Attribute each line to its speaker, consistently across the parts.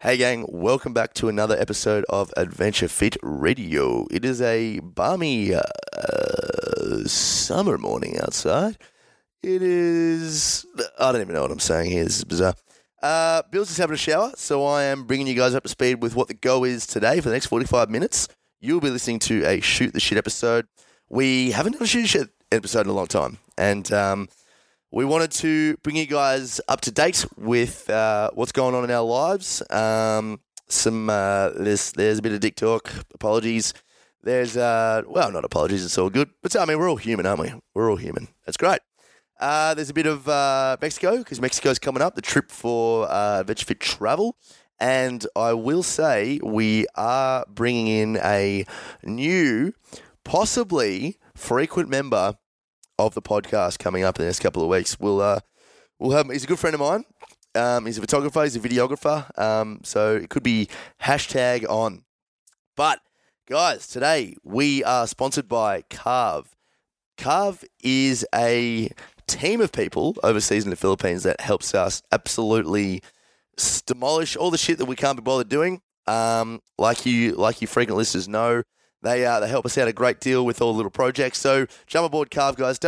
Speaker 1: Hey, gang, welcome back to another episode of Adventure Fit Radio. It is a balmy uh, summer morning outside. It is. I don't even know what I'm saying here. This is bizarre. Uh, Bill's just having a shower, so I am bringing you guys up to speed with what the go is today for the next 45 minutes. You'll be listening to a Shoot the Shit episode. We haven't done a Shoot the Shit episode in a long time, and um, we wanted to bring you guys up to date with uh, what's going on in our lives. Um, some uh, there's there's a bit of dick talk. Apologies. There's uh, well, not apologies. It's all good. But uh, I mean, we're all human, aren't we? We're all human. That's great. Uh, there's a bit of uh, Mexico because Mexico's coming up. The trip for uh, Adventure Fit Travel. And I will say we are bringing in a new, possibly frequent member of the podcast coming up in the next couple of weeks. We'll uh, we'll have. He's a good friend of mine. Um, he's a photographer. He's a videographer. Um, so it could be hashtag on. But guys, today we are sponsored by Carve. Carve is a team of people overseas in the Philippines that helps us absolutely s- demolish all the shit that we can't be bothered doing. Um, like you, like you frequent listeners know, they uh, they help us out a great deal with all the little projects. So jump aboard Carve, guys.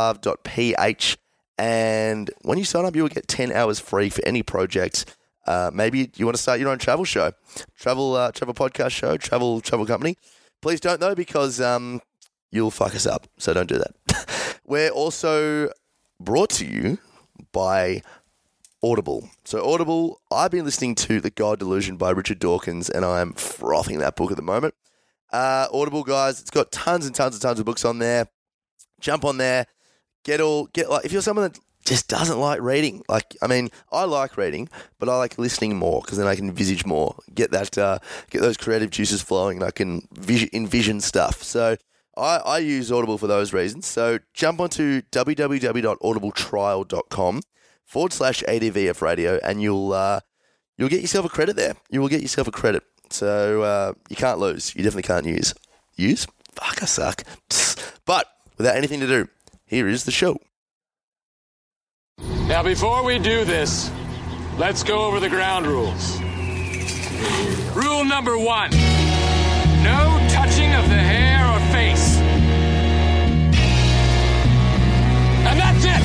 Speaker 1: www.carve.ph, and when you sign up, you will get ten hours free for any project. Uh, maybe you want to start your own travel show, travel uh, travel podcast show, travel travel company. Please don't though, because um, you'll fuck us up. So don't do that. We're also brought to you by Audible. So Audible, I've been listening to The God Delusion by Richard Dawkins, and I am frothing that book at the moment. Uh, Audible guys, it's got tons and tons and tons of books on there. Jump on there, get all get like if you're someone that just doesn't like reading, like I mean, I like reading, but I like listening more because then I can envisage more, get that uh, get those creative juices flowing, and I can vis- envision stuff. So I, I use Audible for those reasons. So jump onto www.audibletrial.com forward slash ADVF radio, and you'll uh, you'll get yourself a credit there. You will get yourself a credit. So uh, you can't lose. You definitely can't use. Use? Fuck, I suck. But without anything to do, here is the show.
Speaker 2: Now, before we do this, let's go over the ground rules. Rule number one no touching of the hair or face. And that's it!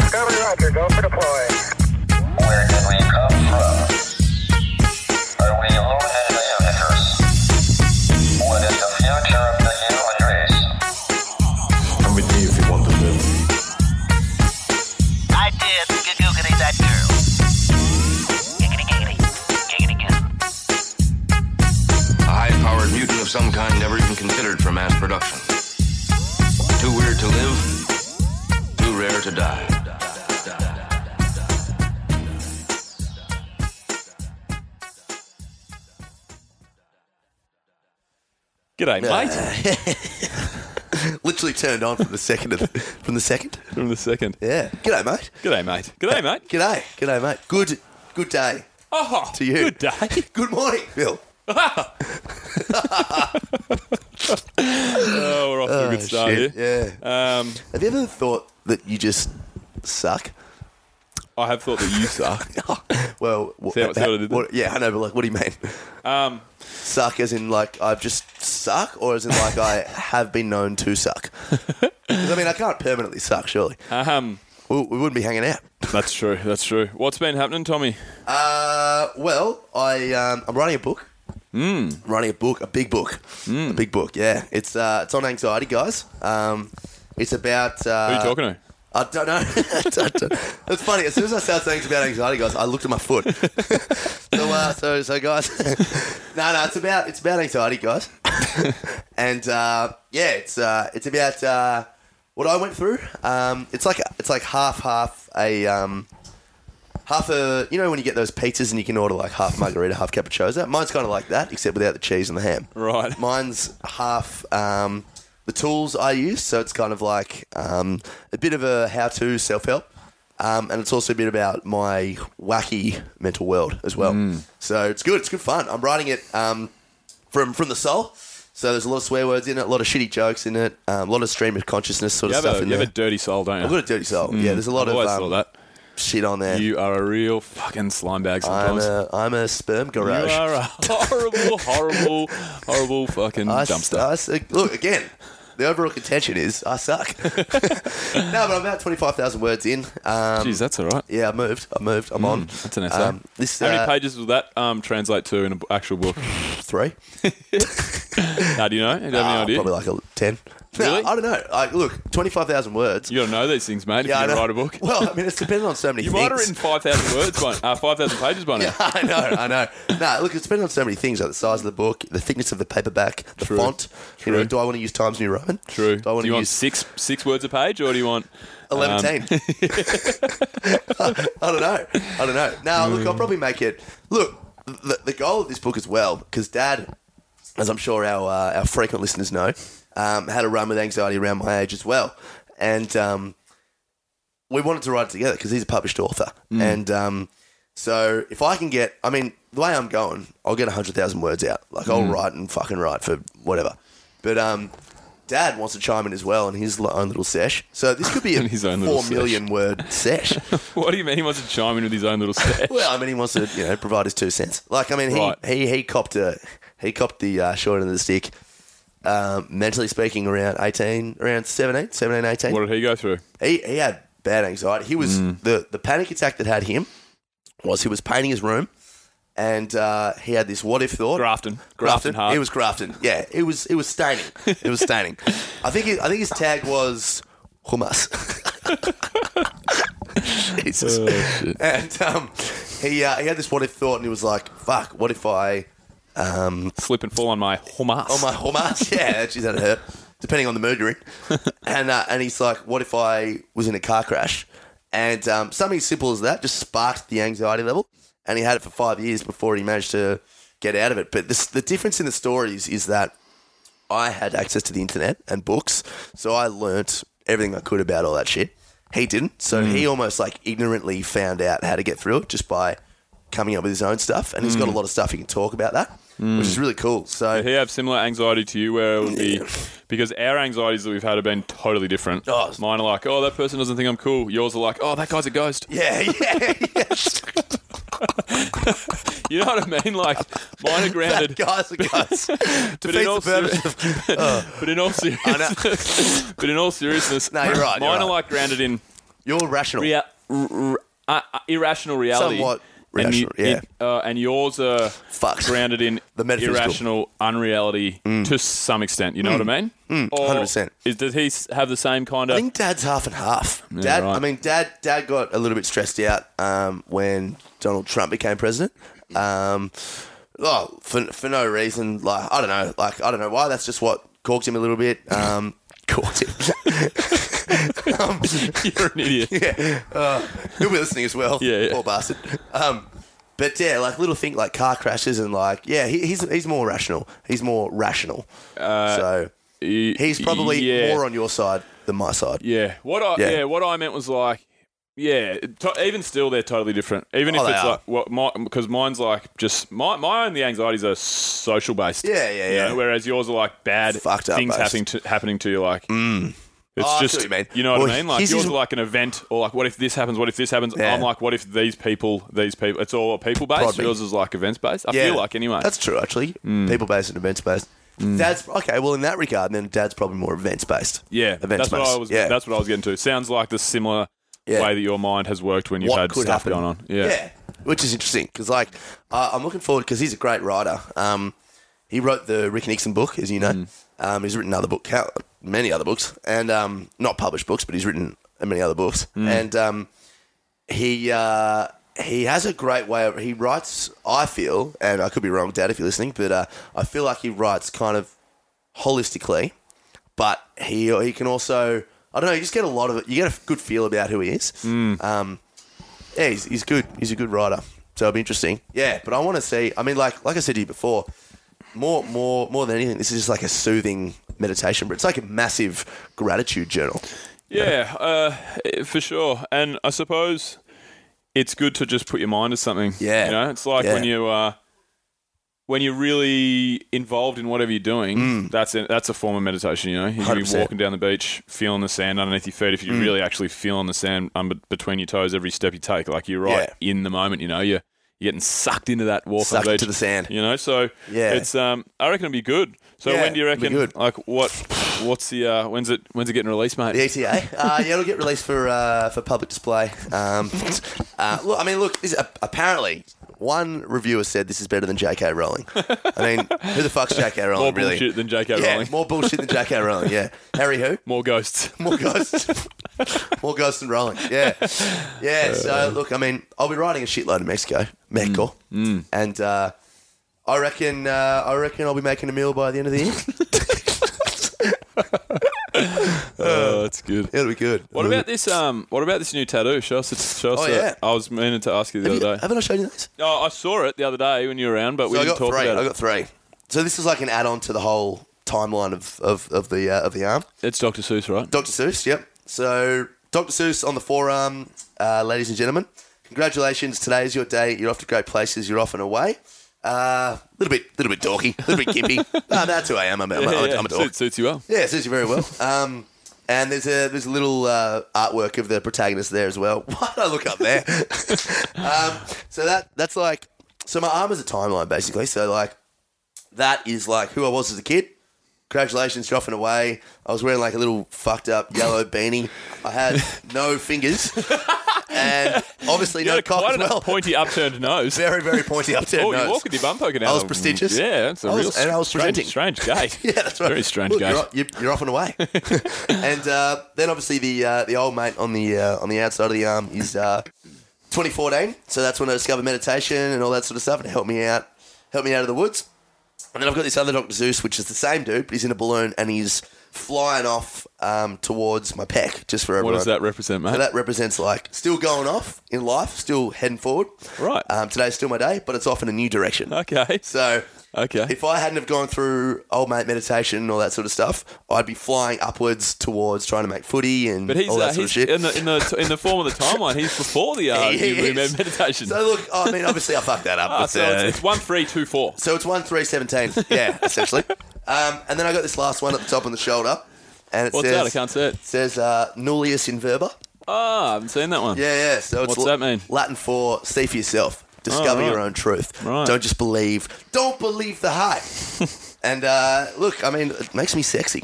Speaker 3: Discovery Roger, go for deploy.
Speaker 4: Where did we come from? Are we alone in the universe? What is the future of the human race?
Speaker 5: I'm with you if you want to live.
Speaker 6: I did giggity that girl. Giggity giggity. Giggity giggity.
Speaker 7: A high-powered mutant of some kind never even considered for mass production. Too weird to live, too rare to die.
Speaker 8: G'day, mate.
Speaker 1: Literally turned on from the second of the, from the second.
Speaker 8: From the second.
Speaker 1: Yeah. G'day, mate.
Speaker 8: G'day, mate. G'day, mate.
Speaker 1: G'day. G'day, mate. Good. Good day.
Speaker 8: Oh,
Speaker 1: To you.
Speaker 8: Good day.
Speaker 1: Good morning, Bill.
Speaker 8: Oh, we're off to a good start
Speaker 1: Shit,
Speaker 8: here.
Speaker 1: Yeah.
Speaker 8: Um,
Speaker 1: Have you ever thought that you just suck?
Speaker 8: I have thought that you suck.
Speaker 1: Oh, Well, what,
Speaker 8: See how- see what I did there?
Speaker 1: what- yeah, I know, but like, what do you mean?
Speaker 8: Um,
Speaker 1: Suck as in like I've just suck, or as in like I have been known to suck? 'Cause, I mean, I can't permanently suck, surely.
Speaker 8: um,
Speaker 1: We, we wouldn't be hanging out.
Speaker 8: that's true. That's true. What's been happening, Tommy?
Speaker 1: Uh, well, I um, I'm writing a book.
Speaker 8: Hmm.
Speaker 1: Mm. Writing a book, a big book, a big book. Yeah, it's uh, it's on anxiety, guys. Um, it's about. Uh,
Speaker 8: Who are you talking to?
Speaker 1: I don't know. I don't know. it's funny. As soon as I start saying it's about anxiety, guys, I looked at my foot. so, uh, so, so, guys, no, no, it's about it's about anxiety, guys, and uh, yeah, it's uh, it's about uh, what I went through. Um, it's like it's like half half a um, half a you know when you get those pizzas and you can order like half margarita, half capricciosa. Mine's kind of like that, except without the cheese and the ham.
Speaker 8: Right.
Speaker 1: Mine's half um, the tools I use, so it's kind of like um, a bit of a how-to self-help, um, and it's also a bit about my wacky mental world as well. So it's good. It's good fun. I'm writing it um, from from the soul. So there's a lot of swear words in it, a lot of shitty jokes in it, um, a lot of stream of consciousness sort
Speaker 8: You
Speaker 1: of
Speaker 8: have,
Speaker 1: stuff
Speaker 8: a,
Speaker 1: in
Speaker 8: you
Speaker 1: there.
Speaker 8: have a dirty soul, don't you?
Speaker 1: I've got a dirty soul. Yeah, there's a lot
Speaker 8: I've
Speaker 1: of
Speaker 8: always
Speaker 1: um,
Speaker 8: thought that.
Speaker 1: shit on there.
Speaker 8: You are a real fucking slime bag
Speaker 1: I'm
Speaker 8: sometimes.
Speaker 1: a, I'm a sperm garage.
Speaker 8: you are a horrible, horrible, horrible fucking
Speaker 1: I s-
Speaker 8: dumpster.
Speaker 1: I s- look again. The overall contention is I suck. no, but I'm about twenty five thousand words in. Um,
Speaker 8: Jeez, that's all right.
Speaker 1: yeah, I moved. I moved. I'm on.
Speaker 8: Mm, That's an essay.
Speaker 1: Um, this
Speaker 8: How many
Speaker 1: uh,
Speaker 8: pages will that um, translate to in an actual book?
Speaker 1: three.
Speaker 8: now, do you know? Do you have any
Speaker 1: Uh,
Speaker 8: idea?
Speaker 1: Probably like a ten. No,
Speaker 8: Really?
Speaker 1: I don't know. I, look, twenty five thousand words.
Speaker 8: You gotta know these things, mate. If
Speaker 1: I
Speaker 8: you're gonna
Speaker 1: know.
Speaker 8: write a book,
Speaker 1: Well, I mean, it's dependent on so many
Speaker 8: you
Speaker 1: things.
Speaker 8: might have written five thousand words, by, uh, five thousand pages by now.
Speaker 1: I know, I know. No, look, it's depending on so many things, like the size of the book, the thickness of the paperback, the
Speaker 8: True.
Speaker 1: font.
Speaker 8: True.
Speaker 1: You know, do I want to use Times New Roman?
Speaker 8: True.
Speaker 1: Do I
Speaker 8: Do
Speaker 1: want
Speaker 8: you
Speaker 1: to
Speaker 8: want
Speaker 1: use
Speaker 8: six six words a page, or do you want? um,
Speaker 1: eleven? I don't know. I don't know. Now, look, I'll
Speaker 8: Mm.
Speaker 1: probably make it. Look, the, the goal of this book as well, because Dad, as I'm sure our uh, our frequent listeners know, um, had a run with anxiety around my age as well, and um, we wanted to write it together because he's a published author,
Speaker 8: Mm.
Speaker 1: and um, so if I can get, I mean, the way I'm going, I'll get hundred thousand words out. Like
Speaker 8: Mm.
Speaker 1: I'll write and fucking write for whatever, but um. Dad wants to chime in as well in his li- own little sesh. So this could be a
Speaker 8: In his own little
Speaker 1: four
Speaker 8: sesh.
Speaker 1: million word sesh.
Speaker 8: What do you mean? He wants to chime in with his own little set.
Speaker 1: Well, I mean, he wants to, you know, provide his two cents. Like, I mean, he
Speaker 8: Right.
Speaker 1: he, he copped a, he copped the uh, short end of the stick. Um, mentally speaking, around 18, around 17, 17, 18.
Speaker 8: what did he go through?
Speaker 1: He, he had bad anxiety. He was, the, the panic attack that had him was he was painting his room and uh, he had this what if thought.
Speaker 8: Grafton. Grafton hard.
Speaker 1: It was Grafton. Yeah, it was, it was staining. It was staining. I think, he, I think his tag was hummus. Jesus. And um, he uh, he had this what if thought, and he was like, "Fuck, what if I um,
Speaker 8: Slip and fall on my hummus.
Speaker 1: on my hormones? yeah, she's had her, depending on the mood you're in." and uh, and he's like, "What if I was in a car crash?" And um, something as simple as that just sparked the anxiety level, and he had it for five years before he managed to get out of it. But this, the difference in the stories is that I had access to the internet and books, so I learnt everything I could about all that shit. He didn't, so he almost like ignorantly found out how to get through it just by coming up with his own stuff, and he's got a lot of stuff he can talk about that, which is really cool. So,
Speaker 8: He have similar anxiety to you, where it would be because our anxieties that we've had have been totally different.
Speaker 1: Oh, it's-
Speaker 8: Mine are like, oh, that person doesn't think I'm cool. Yours are like, oh, that guy's a ghost.
Speaker 1: yeah, yeah, yeah.
Speaker 8: You know what I mean? Like, mine are grounded.
Speaker 1: guys, guys, defeats
Speaker 8: But in,
Speaker 1: the
Speaker 8: all
Speaker 1: purpose of
Speaker 8: seri- but in all seriousness, but in all seriousness,
Speaker 1: No, you're right,
Speaker 8: Mine
Speaker 1: you're
Speaker 8: are
Speaker 1: right.
Speaker 8: like grounded in
Speaker 1: you're rational.
Speaker 8: rea- r- r- uh, uh, irrational reality.
Speaker 1: Somewhat
Speaker 8: And you-
Speaker 1: rational, yeah.
Speaker 8: it- uh, and yours are
Speaker 1: Fucked.
Speaker 8: grounded in
Speaker 1: The metaphysical. Mm.
Speaker 8: irrational unreality to some extent. You know what I mean? Or
Speaker 1: 100%.
Speaker 8: Is, does he s- have the same kind
Speaker 1: Mm. I
Speaker 8: of?
Speaker 1: think Dad's half and half. Dad,
Speaker 8: right.
Speaker 1: I mean, Dad, Dad got a little bit stressed out um, when Donald Trump became president. Um, oh, for, for no reason. Like I don't know. Like I don't know why. That's just what caught him a little bit. Um, caught him. um,
Speaker 8: you're an idiot.
Speaker 1: yeah. Uh, he'll be listening as well.
Speaker 8: Yeah, yeah.
Speaker 1: Poor bastard. Um, but yeah, like little thing like car crashes and like yeah, he, he's he's more rational. He's more rational.
Speaker 8: Uh,
Speaker 1: so
Speaker 8: He-
Speaker 1: he's probably
Speaker 8: yeah.
Speaker 1: more on your side than my side.
Speaker 8: Yeah. What I
Speaker 1: Yeah.
Speaker 8: yeah. what I meant was like yeah, to, even still they're totally different. Even
Speaker 1: Oh,
Speaker 8: if
Speaker 1: they
Speaker 8: it's
Speaker 1: are.
Speaker 8: like what my because mine's like just my my only anxieties are social based.
Speaker 1: Yeah, yeah,
Speaker 8: you
Speaker 1: yeah.
Speaker 8: know, whereas yours are like bad
Speaker 1: Fucked up
Speaker 8: things
Speaker 1: based.
Speaker 8: happening to, happening to you like It's
Speaker 1: Oh, I see
Speaker 8: just
Speaker 1: what you mean.
Speaker 8: know what
Speaker 1: Well,
Speaker 8: I mean? Like
Speaker 1: his
Speaker 8: yours
Speaker 1: is-
Speaker 8: are like an event or like what if this happens, what if this happens?
Speaker 1: Yeah.
Speaker 8: I'm like, what if these people these people it's all people based.
Speaker 1: Probably.
Speaker 8: Yours is like events based. I feel like anyway. Mm.
Speaker 1: That's true, actually. People based and events based. Dad's okay. Well, in that regard, then Dad's probably more events based.
Speaker 8: yeah.
Speaker 1: events
Speaker 8: that's what I
Speaker 1: based.
Speaker 8: was
Speaker 1: yeah,
Speaker 8: that's what I was getting to. Sounds like the similar
Speaker 1: Yeah.
Speaker 8: way that your mind has worked when you've had stuff going on.
Speaker 1: yeah, which is interesting because like I I'm looking forward because he's a great writer. Um, he wrote the Rick Nixon book, as you know.
Speaker 8: Mm.
Speaker 1: Um, he's written other book, count- many other books, and um, not published books, but he's written many other books.
Speaker 8: Mm.
Speaker 1: And um, he uh, he has a great way of he writes. I feel, and I could be wrong, Dad, if you're listening, but uh, I feel like he writes kind of holistically, but he he can also. I don't know. You just get a lot of it. You get a good feel about who he is.
Speaker 8: Mm.
Speaker 1: Um, yeah, he's, he's good. He's a good rider. So it'll be interesting. Yeah, but I want to see. I mean, like like I said to you before, more more more than anything, this is just like a soothing meditation. But it's like a massive gratitude journal.
Speaker 8: Yeah, uh, for sure. And I suppose it's good to just put your mind to something.
Speaker 1: Yeah.
Speaker 8: You know, it's like
Speaker 1: Yeah.
Speaker 8: when you, uh, when you're really involved in whatever you're doing,
Speaker 1: Mm.
Speaker 8: that's a, that's a form of meditation. You know, you could be
Speaker 1: 100%.
Speaker 8: walking down the beach, feeling the sand underneath your feet. If
Speaker 1: Mm.
Speaker 8: you're really actually feeling the sand under, between your toes every step you take, like you're right in the moment. You know, you're, you're getting sucked into that walk. on
Speaker 1: Sucked
Speaker 8: the beach,
Speaker 1: to the sand.
Speaker 8: You know, so
Speaker 1: Yeah.
Speaker 8: it's um, I reckon it'll be good. So
Speaker 1: Yeah,
Speaker 8: when do you
Speaker 1: it'll be
Speaker 8: reckon?
Speaker 1: good.
Speaker 8: Like what? What's the uh, when's it when's it getting released, mate?
Speaker 1: The ETA, uh, yeah, it'll get released for uh, for public display. Um, uh, look, I mean, look, this, apparently one reviewer said this is better than J.K. Rowling. I mean, who the fuck's J.K. Rowling?
Speaker 8: More
Speaker 1: really?
Speaker 8: bullshit than J.K.
Speaker 1: yeah,
Speaker 8: Rowling.
Speaker 1: more bullshit than J.K. Rowling. Yeah, Harry who?
Speaker 8: More ghosts.
Speaker 1: More ghosts. More ghosts than Rowling. Yeah. Yeah. So, look, I mean, I'll be riding a shitload in Mexico, Mexico.
Speaker 8: Mm.
Speaker 1: And uh, I reckon uh, I reckon I'll be making a meal by the end of the year.
Speaker 8: Oh, that's good.
Speaker 1: It'll be good.
Speaker 8: What about this? Um, what about this new tattoo? Show us. the- Show us
Speaker 1: Oh,
Speaker 8: the-
Speaker 1: yeah.
Speaker 8: I was meaning to ask you the
Speaker 1: Have
Speaker 8: other
Speaker 1: you,
Speaker 8: day.
Speaker 1: haven't I shown you those?
Speaker 8: Oh, I saw it the other day when you were around, but we
Speaker 1: So I
Speaker 8: didn't
Speaker 1: got
Speaker 8: talk
Speaker 1: three.
Speaker 8: about
Speaker 1: I
Speaker 8: it.
Speaker 1: got three. So this is like an add-on to the whole timeline of, of, of the uh, of the arm.
Speaker 8: It's Dr. Seuss, right?
Speaker 1: Dr. Seuss, yep. So, Dr. Seuss on the forearm, uh, ladies and gentlemen. Congratulations, today is your day. You're off to great places. You're off and away. A uh, little bit, little bit dorky, a little bit gimpy. no, that's who I am. I'm, a- I'm, a- I'm, a dork.
Speaker 8: Suits, suits you well.
Speaker 1: Yeah, it suits you very well. Um, and there's a there's a little uh, artwork of the protagonist there as well. Why did I look up there? um, so that that's like so my arm is a timeline basically. So like that is like who I was as a kid. Congratulations, dropping away. I was wearing like a little fucked up yellow beanie. I had no fingers, and obviously
Speaker 8: You
Speaker 1: no
Speaker 8: had
Speaker 1: cock
Speaker 8: quite
Speaker 1: as
Speaker 8: a
Speaker 1: well.
Speaker 8: pointy upturned nose.
Speaker 1: Very very pointy upturned
Speaker 8: oh,
Speaker 1: nose.
Speaker 8: you walk with your bum poking out.
Speaker 1: I was
Speaker 8: of-
Speaker 1: prestigious.
Speaker 8: Yeah, it's a
Speaker 1: I was-
Speaker 8: real
Speaker 1: and I was
Speaker 8: strange,
Speaker 1: presenting.
Speaker 8: strange gate.
Speaker 1: Yeah, that's right.
Speaker 8: Very strange
Speaker 1: Look,
Speaker 8: gate.
Speaker 1: You're, you're, you're off and away. and uh, then obviously the uh, the old mate on the uh, on the outside of the arm is uh, 2014. So that's when I discovered meditation and all that sort of stuff, and it helped me out, helped me out of the woods. And then I've got this other Doctor Zeus, which is the same dude, but he's in a balloon and he's flying off um, towards my pec, just for
Speaker 8: What
Speaker 1: everyone.
Speaker 8: does that represent, mate?
Speaker 1: So that represents like still going off in life, still heading forward.
Speaker 8: Right.
Speaker 1: Um, today's still my day, but it's off in a new direction.
Speaker 8: okay.
Speaker 1: So
Speaker 8: Okay.
Speaker 1: if I hadn't have gone through old mate meditation and all that sort of stuff, I'd be flying upwards towards trying to make footy and
Speaker 8: but he's,
Speaker 1: all that
Speaker 8: uh,
Speaker 1: sort of
Speaker 8: he's
Speaker 1: shit.
Speaker 8: in, the, in, the, in the form of the timeline, he's before the uh,
Speaker 1: He
Speaker 8: human
Speaker 1: is.
Speaker 8: meditation.
Speaker 1: so look, I mean, obviously I fucked that up.
Speaker 8: Ah,
Speaker 1: but,
Speaker 8: so
Speaker 1: uh,
Speaker 8: it's, it's 1324.
Speaker 1: so it's one three seventeen. Yeah, essentially. Um, and then I got this last one at the top on the shoulder, and it
Speaker 8: What's
Speaker 1: says
Speaker 8: that? I can't see it.
Speaker 1: says uh, nullius in verba.
Speaker 8: Ah, I haven't seen that one.
Speaker 1: Yeah, yeah. So it's
Speaker 8: What's that mean?
Speaker 1: Latin for see for yourself. Discover
Speaker 8: Oh, right.
Speaker 1: your own truth.
Speaker 8: Right.
Speaker 1: Don't just believe. Don't believe the hype. and uh, look, I mean, it makes me sexy.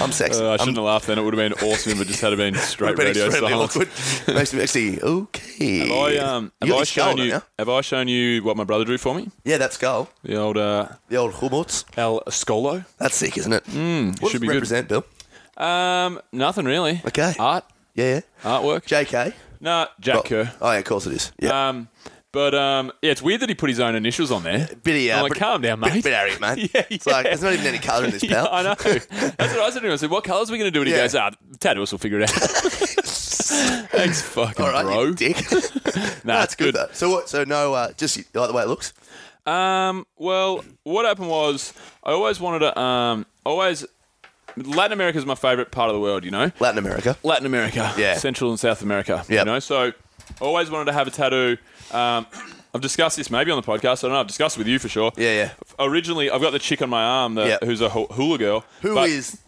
Speaker 1: I'm sexy.
Speaker 8: Uh, I
Speaker 1: I'm
Speaker 8: shouldn't have laughed then. It would have been awesome if it just had been straight
Speaker 1: been
Speaker 8: radio
Speaker 1: extremely
Speaker 8: silence.
Speaker 1: awkward. makes me sexy. Okay.
Speaker 8: Have I, um,
Speaker 1: You
Speaker 8: have
Speaker 1: got
Speaker 8: I
Speaker 1: this
Speaker 8: shown
Speaker 1: skull,
Speaker 8: you?
Speaker 1: don't
Speaker 8: Have I shown you what my brother drew for me?
Speaker 1: Yeah, that skull.
Speaker 8: The old uh,
Speaker 1: The old Humorts.
Speaker 8: El Scolo.
Speaker 1: That's sick, isn't it? Mm, what
Speaker 8: Hmm, should
Speaker 1: does it
Speaker 8: be good.
Speaker 1: represent, Bill?
Speaker 8: Um, nothing really.
Speaker 1: Okay.
Speaker 8: Art,
Speaker 1: Yeah, yeah.
Speaker 8: artwork.
Speaker 1: JK.
Speaker 8: nah, Jack
Speaker 1: Well,
Speaker 8: Kerr.
Speaker 1: Oh, yeah, of course it is. Yeah.
Speaker 8: Um, but um, yeah, it's weird that he put his own initials on there.
Speaker 1: Bitty, uh,
Speaker 8: I'm like,
Speaker 1: bit-
Speaker 8: oh, calm down, mate.
Speaker 1: Bit, bit arrogant, mate.
Speaker 8: Yeah,
Speaker 1: It's like,
Speaker 8: yeah.
Speaker 1: there's not even any colour in this,
Speaker 8: yeah,
Speaker 1: pal.
Speaker 8: I know. That's what I said to him. I said, "What colours are we going to do?" And he
Speaker 1: Yeah.
Speaker 8: goes, "Ah, Tattooist will figure it out." Thanks, fucking
Speaker 1: All right,
Speaker 8: bro.
Speaker 1: you dick.
Speaker 8: Nah,
Speaker 1: That's
Speaker 8: it's
Speaker 1: good. though. So what? So no, uh, just you like the way it looks.
Speaker 8: Um, well, what happened was I always wanted to. Um, always Latin America is my favourite part of the world. You know,
Speaker 1: Latin America.
Speaker 8: Latin America,
Speaker 1: Yeah.
Speaker 8: Central and South America.
Speaker 1: Yep.
Speaker 8: You know, so I always wanted to have a tattoo. Um, I've discussed this maybe on the podcast. I don't know. I've discussed it with you for sure.
Speaker 1: Yeah, yeah.
Speaker 8: Originally, I've got the chick on my arm that,
Speaker 1: Yep.
Speaker 8: who's a hu- hula girl.
Speaker 1: Who is
Speaker 8: but,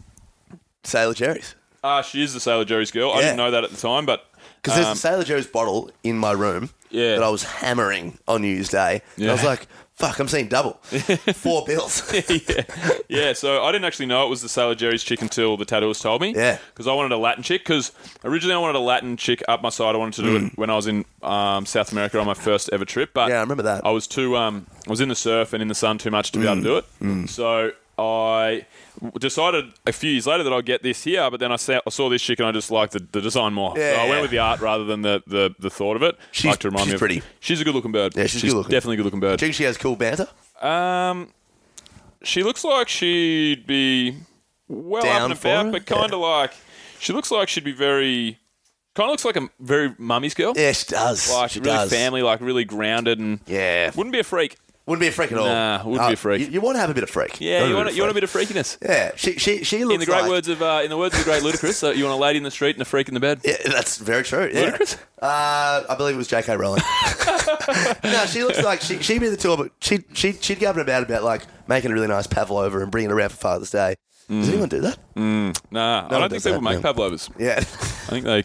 Speaker 1: Sailor Jerry's?
Speaker 8: Uh, she is the Sailor Jerry's girl. I
Speaker 1: Yeah.
Speaker 8: didn't know that at the time, but
Speaker 1: Because there's
Speaker 8: Um,
Speaker 1: a Sailor Jerry's bottle in my room
Speaker 8: Yeah.
Speaker 1: that I was hammering on New Year's Day. And I was
Speaker 8: Yeah.
Speaker 1: like, fuck, I'm seeing double. Four bills.
Speaker 8: yeah. yeah, so I didn't actually know it was the Sailor Jerry's chick until the tattooist told me.
Speaker 1: Yeah.
Speaker 8: Because I wanted a Latin chick, because originally I wanted a Latin chick up my side. I wanted to do it when I was in um, South America on my first ever trip. But
Speaker 1: Mm. Yeah, I remember that. Mm.
Speaker 8: I was too, um, I was in the surf and in the sun too much to be able to do it. So I w- decided a few years later that I'd get this here, but then I saw, I saw this chick and I just liked the, the design more.
Speaker 1: Yeah,
Speaker 8: so I
Speaker 1: yeah.
Speaker 8: went with the art rather than the, the, the thought of it.
Speaker 1: She's-
Speaker 8: Like to remind
Speaker 1: she's
Speaker 8: me of-
Speaker 1: pretty.
Speaker 8: She's a good looking bird.
Speaker 1: Yeah, she's good-looking.
Speaker 8: Definitely a good looking bird.
Speaker 1: Do you think she has cool banter?
Speaker 8: Um, she looks like she'd be well
Speaker 1: Down
Speaker 8: up and
Speaker 1: for
Speaker 8: about,
Speaker 1: it?
Speaker 8: but kind of like she looks like she'd be very kind of looks like a very mummy's girl.
Speaker 1: Yeah, she does.
Speaker 8: Like
Speaker 1: she
Speaker 8: really
Speaker 1: does.
Speaker 8: family, like really grounded and
Speaker 1: Yeah.
Speaker 8: wouldn't be a freak.
Speaker 1: Wouldn't be a freak at all. Uh,
Speaker 8: Nah, wouldn't be a freak.
Speaker 1: You, you want to have a bit of freak.
Speaker 8: Yeah, you want,
Speaker 1: of
Speaker 8: a, you want a bit of freakiness.
Speaker 1: freak. Yeah, she she she looks
Speaker 8: In the great
Speaker 1: like,
Speaker 8: words of uh, in the words of the great Ludacris, uh, you want a lady in the street and a freak in the bed.
Speaker 1: Yeah, that's very true. Yeah.
Speaker 8: Ludicrous.
Speaker 1: Uh, I believe it was J.K. Rowling. no, she looks like she, she'd be the tour, but she, she, she'd go up and about about like making a really nice pavlova and bringing it around for Father's Day. Does
Speaker 8: Mm.
Speaker 1: anyone do that?
Speaker 8: Nah, I
Speaker 1: one
Speaker 8: don't
Speaker 1: does
Speaker 8: think
Speaker 1: that,
Speaker 8: people make
Speaker 1: yeah.
Speaker 8: pavlovas.
Speaker 1: Yeah.
Speaker 8: I think they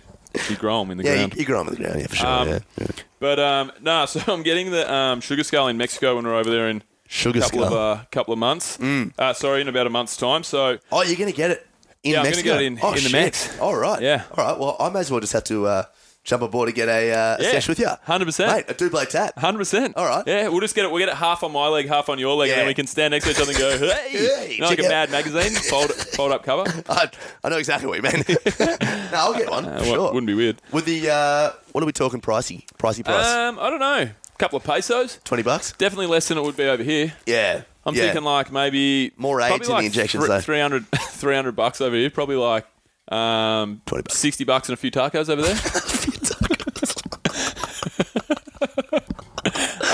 Speaker 8: you grow them in the
Speaker 1: yeah, you,
Speaker 8: ground.
Speaker 1: you grow on the ground, yeah, for sure.
Speaker 8: Um,
Speaker 1: yeah. yeah.
Speaker 8: But um, nah, so I'm getting the um, sugar skull in Mexico when we're over there in
Speaker 1: Sugar
Speaker 8: a couple
Speaker 1: skull.
Speaker 8: of uh, couple of months.
Speaker 1: Mm.
Speaker 8: Uh, sorry, in about a month's time. So
Speaker 1: Oh, you're going to get it in
Speaker 8: Yeah, I'm gonna
Speaker 1: Mexico?
Speaker 8: get it in-
Speaker 1: oh,
Speaker 8: in the
Speaker 1: shit.
Speaker 8: Mex.
Speaker 1: All right.
Speaker 8: Yeah.
Speaker 1: All right. Well, I may as well just have to uh, jump aboard and get a, uh, a
Speaker 8: Yeah,
Speaker 1: sesh with you.
Speaker 8: 100%.
Speaker 1: Mate, a Dublé tat.
Speaker 8: Hundred percent.
Speaker 1: All right.
Speaker 8: Yeah, we'll just get it. We'll get it half on my leg, half on your leg, and
Speaker 1: Yeah.
Speaker 8: then we can stand next to each other and go, "Hey!"
Speaker 1: Hey,
Speaker 8: You know, like a
Speaker 1: check
Speaker 8: Mad
Speaker 1: out-
Speaker 8: magazine, fold fold up cover. Uh,
Speaker 1: I, I know exactly what you mean. no, I'll get one. for
Speaker 8: well,
Speaker 1: sure.
Speaker 8: Wouldn't be weird.
Speaker 1: With the, uh, what are we talking pricey? Pricey price.
Speaker 8: Um, I don't know. couple of pesos.
Speaker 1: 20 bucks?
Speaker 8: Definitely less than it would be over here.
Speaker 1: Yeah.
Speaker 8: I'm
Speaker 1: yeah.
Speaker 8: thinking like maybe
Speaker 1: More
Speaker 8: probably
Speaker 1: AIDS in the injections,
Speaker 8: thr-
Speaker 1: though.
Speaker 8: 300, 300 bucks over here. Probably like um,
Speaker 1: 20 bucks.
Speaker 8: sixty bucks and a few tacos over there.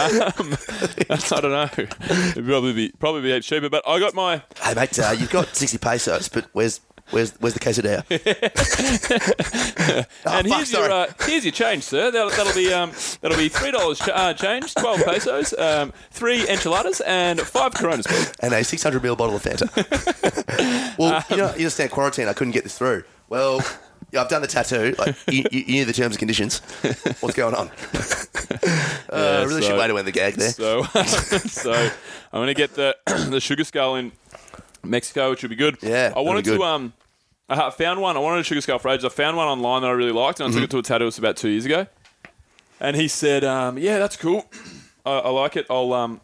Speaker 8: Um, I don't know. It'd probably be probably be cheaper. But I got my
Speaker 1: Hey, mate, uh, you've got 60 pesos, but where's where's where's the quesadilla? oh,
Speaker 8: and
Speaker 1: fuck,
Speaker 8: here's
Speaker 1: sorry.
Speaker 8: your uh, here's your change, sir. That'll, that'll be um that'll be three dollars ch- uh, change, twelve pesos, um, three enchiladas, and five Coronas. please.
Speaker 1: and a 600ml bottle of Fanta. well,
Speaker 8: Um,
Speaker 1: you, know, you understand quarantine. I couldn't get this through. Well, yeah, I've done the tattoo. Like, you, you, you knew the terms and conditions. What's going on? uh,
Speaker 8: Yeah,
Speaker 1: really
Speaker 8: so-
Speaker 1: shit way to end the gag there.
Speaker 8: So so I'm gonna get the the sugar skull in Mexico, which would be good.
Speaker 1: Yeah, that'd
Speaker 8: I
Speaker 1: be
Speaker 8: wanted
Speaker 1: good.
Speaker 8: to um. I ha- found one. I wanted a sugar skull for ages. I found one online that I really liked, and I took it to
Speaker 1: Mm-hmm.
Speaker 8: a tattooist about two years ago. And he said, um, "Yeah, that's cool. I, I like it. I'll um,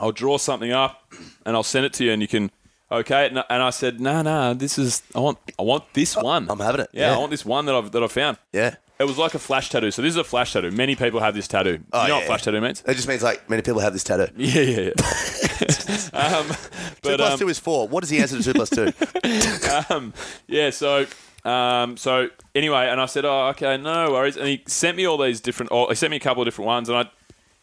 Speaker 8: I'll draw something up, and I'll send it to you, and you can okay." it." And, I- and I said, "No, no, this is I want I want this one.
Speaker 1: Oh, I'm having it.
Speaker 8: Yeah,
Speaker 1: Yeah.
Speaker 8: I want this one that I've that I found.
Speaker 1: yeah.
Speaker 8: It was like a flash tattoo. So this is a flash tattoo. Many people have this tattoo.
Speaker 1: Oh,
Speaker 8: you know
Speaker 1: yeah.
Speaker 8: what flash tattoo means?
Speaker 1: It just means like many people have this tattoo. Two
Speaker 8: Yeah, yeah, yeah. um, but
Speaker 1: plus
Speaker 8: um,
Speaker 1: two is four. What is the answer to two plus two?
Speaker 8: yeah, so um, so anyway, and I said, oh, okay, no worries. And he sent me all these different. Oh, he sent me a couple of different ones, and I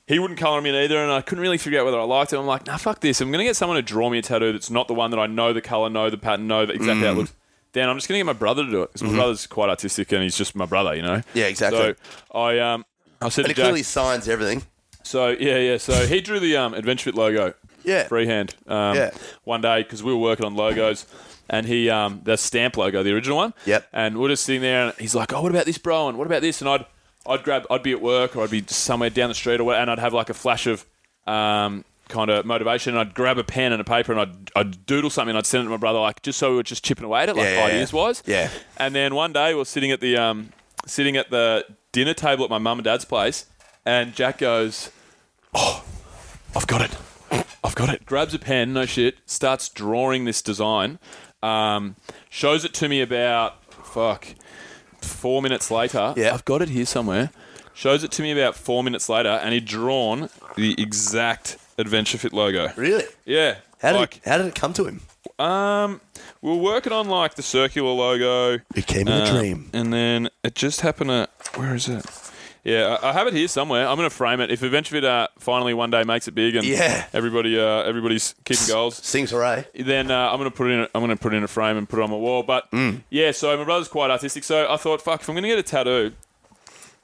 Speaker 8: he wouldn't colour them in either, and I couldn't really figure out whether I liked it. I'm like, nah, fuck this. I'm gonna get someone to draw me a tattoo that's not the one that I know the color, know the pattern, know the exact
Speaker 1: Mm.
Speaker 8: how it looks. Then I'm just gonna get my brother to do it because my brother's quite artistic and he's just my brother, you know.
Speaker 1: Mm-hmm. Yeah, exactly.
Speaker 8: So I um. I said
Speaker 1: And
Speaker 8: to
Speaker 1: it
Speaker 8: Jack,
Speaker 1: clearly signs everything.
Speaker 8: so yeah, yeah. So he drew the um, Adventure Fit logo.
Speaker 1: Yeah.
Speaker 8: freehand. Um,
Speaker 1: Yeah.
Speaker 8: One day, because we were working on logos, and he um, the stamp logo, the original one.
Speaker 1: Yep.
Speaker 8: And we're just sitting there, and he's like, "Oh, what about this, bro? And what about this?" And I'd I'd grab, I'd be at work, or I'd be somewhere down the street, or what, and I'd have like a flash of um, kind of motivation, and I'd grab a pen and a paper, and I'd I'd doodle something, and I'd send it to my brother, like just so we were just chipping away at it, like
Speaker 1: Yeah, yeah, yeah.
Speaker 8: ideas wise.
Speaker 1: Yeah.
Speaker 8: And then one day we are sitting at the um, sitting at the dinner table at my mum and dad's place, and Jack goes, "Oh, I've got it, I've got it." Grabs a pen, no shit, starts drawing this design, um, shows it to me about fuck four minutes later.
Speaker 1: Yeah.
Speaker 8: I've got it here somewhere. Shows it to me about four minutes later, and he'd drawn the exact Adventure Fit logo.
Speaker 1: Really?
Speaker 8: Yeah.
Speaker 1: How did,
Speaker 8: like,
Speaker 1: it, how did it come to him?
Speaker 8: um, we were working on like the circular logo.
Speaker 1: It came in a
Speaker 8: Um,
Speaker 1: dream.
Speaker 8: And then it just happened to. Where is it? Yeah, I, I have it here somewhere. I'm going to frame it. If EventFit uh, finally one day makes it big and
Speaker 1: Yeah.
Speaker 8: everybody uh, everybody's keeping goals,
Speaker 1: Sings hooray.
Speaker 8: then uh, I'm going to put it in. A, I'm going to put it in a frame and put it on my wall. But
Speaker 1: Mm.
Speaker 8: yeah, so my brother's quite artistic, so I thought, fuck, if I'm going to get a tattoo.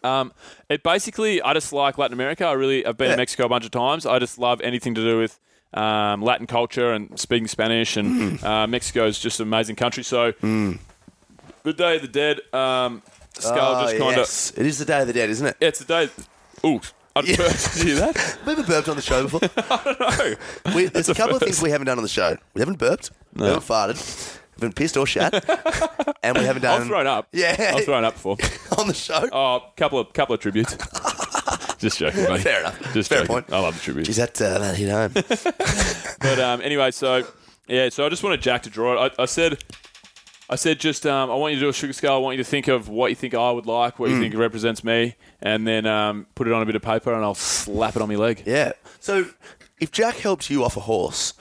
Speaker 8: Um, it basically, I just like Latin America. I really, I've been
Speaker 1: Yeah.
Speaker 8: to Mexico a bunch of times. I just love anything to do with um, Latin culture and speaking Spanish. And
Speaker 1: Mm.
Speaker 8: uh, Mexico is just an amazing country. So the Day of the Dead um, skull
Speaker 1: Ah,
Speaker 8: just kind of.
Speaker 1: yes. It is the day of the dead, isn't it?
Speaker 8: It's the day. Ooh, I just burped. Did you hear that?
Speaker 1: Have we ever burped on the show before? We, there's a couple of things we haven't done on the show. We haven't burped. We haven't farted. We haven't pissed or shat. and we haven't done.
Speaker 8: I've thrown up.
Speaker 1: Um, Yeah.
Speaker 8: I've thrown up before.
Speaker 1: on the show.
Speaker 8: Oh, couple of couple of tributes. Just joking, buddy.
Speaker 1: Fair enough.
Speaker 8: Just
Speaker 1: Fair
Speaker 8: joking.
Speaker 1: point.
Speaker 8: I love the tributes.
Speaker 1: Is that uh, that hit home?
Speaker 8: But um, anyway, so yeah, so I just wanted Jack to draw it. I, I said, I said, just um, I want you to do a sugar scale. I want you to think of what you think I would like,
Speaker 1: Mm.
Speaker 8: what you think represents me, and then um, put it on a bit of paper, and I'll slap it on my leg.
Speaker 1: yeah. So, if Jack helped you off a horse,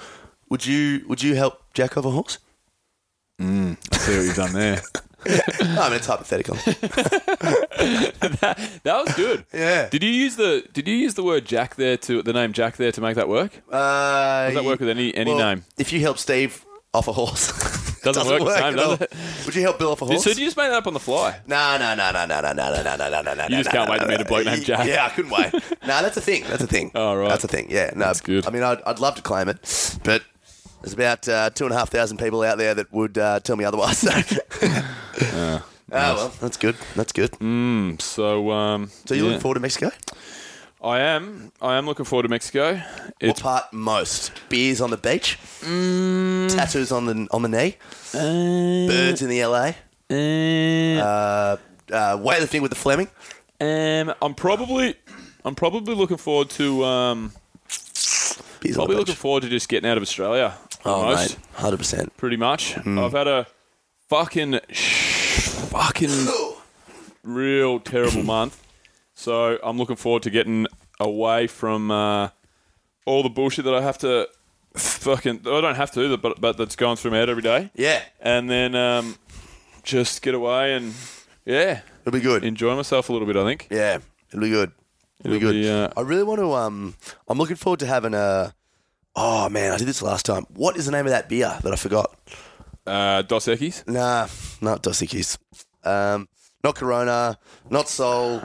Speaker 1: would you would you help Jack off a horse?
Speaker 8: See what you've done there.
Speaker 1: I mean, it's hypothetical.
Speaker 8: That was good.
Speaker 1: Yeah.
Speaker 8: Did you use the Did you use the word Jack there to the name Jack there to make that work?
Speaker 1: Uh,
Speaker 8: Does that work with any any
Speaker 1: well,
Speaker 8: name?
Speaker 1: If you help Steve off a horse, it
Speaker 8: Doesn't work the same,
Speaker 1: at
Speaker 8: does
Speaker 1: all.
Speaker 8: it?
Speaker 1: Would you help Bill off a horse?
Speaker 8: So did you just make that up on the fly?
Speaker 1: No, no, no, no, no, no, no, no, no, no, no, no.
Speaker 8: You just
Speaker 1: no,
Speaker 8: can't
Speaker 1: no,
Speaker 8: wait to
Speaker 1: no,
Speaker 8: meet a
Speaker 1: no.
Speaker 8: bloke named Jack.
Speaker 1: Yeah, I couldn't wait. no, that's a thing. That's a thing.
Speaker 8: Oh, right.
Speaker 1: That's a thing. Yeah, no,
Speaker 8: That's good.
Speaker 1: I mean, I'd, I'd love to claim it, but there's about uh, two and a half thousand people out there that would uh, tell me otherwise. So. Oh well, that's good. That's good.
Speaker 8: So um,
Speaker 1: Mm. So you
Speaker 8: Mm, yeah.
Speaker 1: looking forward to Mexico?
Speaker 8: I am. I am looking forward to Mexico.
Speaker 1: What
Speaker 8: It's
Speaker 1: part most? Beers on the beach,
Speaker 8: Mm.
Speaker 1: tattoos on the on the knee, birds in the LA, uh, uh, weightlifting with the Fleming.
Speaker 8: um, I'm probably. I'm probably looking forward to. Um,
Speaker 1: Beers
Speaker 8: probably
Speaker 1: on the
Speaker 8: looking
Speaker 1: beach.
Speaker 8: forward to just getting out of Australia.
Speaker 1: oh
Speaker 8: almost.
Speaker 1: mate, Hmm. hundred percent.
Speaker 8: pretty much. I've had a fucking sh- fucking real terrible month. So I'm looking forward to getting away from uh, all the bullshit that I have to fucking I don't have to, but but that's going through my head every day.
Speaker 1: Yeah,
Speaker 8: And then um, just get away and yeah,
Speaker 1: it'll be good.
Speaker 8: enjoy myself a little bit. I think.
Speaker 1: Yeah, it'll be good. It'll, be
Speaker 8: It'll
Speaker 1: good.
Speaker 8: be, uh,
Speaker 1: I really want to. Um, I'm looking forward to having a. Oh man, I did this last time. What is the name of that beer that I forgot?
Speaker 8: Uh, Dos Equis.
Speaker 1: Nah, not Dos Equis. Um, not Corona, not Sol.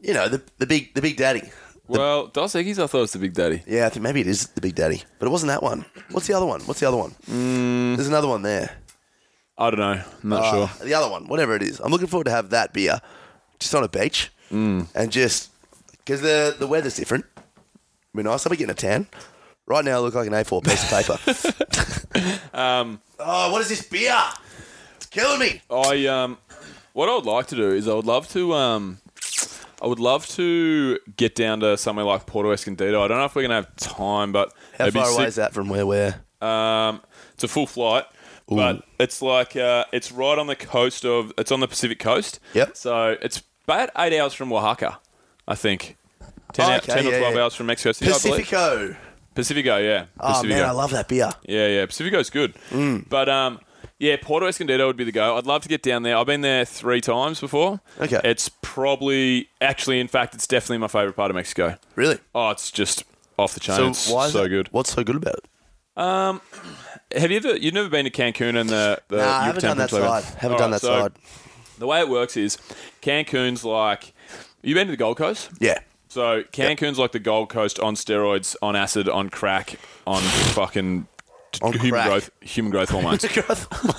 Speaker 1: You know the the big the big daddy.
Speaker 8: Well, Dos Equis, I thought was the Big Daddy.
Speaker 1: Yeah, I think maybe it is the big daddy, but it wasn't that one. What's the other one? What's the other one?
Speaker 8: Mm.
Speaker 1: There's another one there.
Speaker 8: I don't know. I'm not sure.
Speaker 1: Uh, the other one, whatever it is. I'm looking forward to have that beer, just on a beach,
Speaker 8: Mm.
Speaker 1: and just because the the weather's different. It'd be nice. I'll be getting a tan. Right now, I look like an A4 piece of paper. um, oh, what is this beer? It's killing me.
Speaker 8: I um, what I would like to do is I would love to um, I would love to get down to somewhere like Porto Escondido. I don't know if we're gonna have time, but
Speaker 1: How
Speaker 8: it'd be
Speaker 1: far away
Speaker 8: sick-
Speaker 1: is that from where we're?
Speaker 8: Um, it's a full flight, but it's like uh, it's right on the coast of it's on the Pacific coast.
Speaker 1: Yep.
Speaker 8: So it's about eight hours from Oaxaca, I think. 10, hou-
Speaker 1: Okay,
Speaker 8: 10 or
Speaker 1: yeah,
Speaker 8: 12
Speaker 1: yeah.
Speaker 8: hours from Mexico City, I believe.
Speaker 1: Pacifico.
Speaker 8: Pacifico, yeah.
Speaker 1: Oh
Speaker 8: Pacifico.
Speaker 1: man, I love that beer.
Speaker 8: Yeah, yeah. Pacifico's good.
Speaker 1: Mm.
Speaker 8: But um, yeah, Porto Escondido would be the go. I'd love to get down there. I've been there three times before.
Speaker 1: Okay.
Speaker 8: It's probably, actually, in fact, it's definitely my favorite part of Mexico.
Speaker 1: Really?
Speaker 8: Oh, it's just off the chain. So it's
Speaker 1: is
Speaker 8: so
Speaker 1: it-
Speaker 8: good.
Speaker 1: What's so good about it?
Speaker 8: Have you ever, you've never been to Cancun and the, the
Speaker 1: Nah, I haven't
Speaker 8: Yucatan
Speaker 1: done that
Speaker 8: Peninsula?
Speaker 1: side. Haven't
Speaker 8: Uh, All
Speaker 1: done
Speaker 8: right,
Speaker 1: that
Speaker 8: so
Speaker 1: side.
Speaker 8: The way it works is Cancun's like, you been to the Gold Coast?
Speaker 1: Yeah.
Speaker 8: So Cancun's like the Gold Coast on steroids, on acid, on crack, on fucking
Speaker 1: On
Speaker 8: human
Speaker 1: crack.
Speaker 8: growth human growth hormones.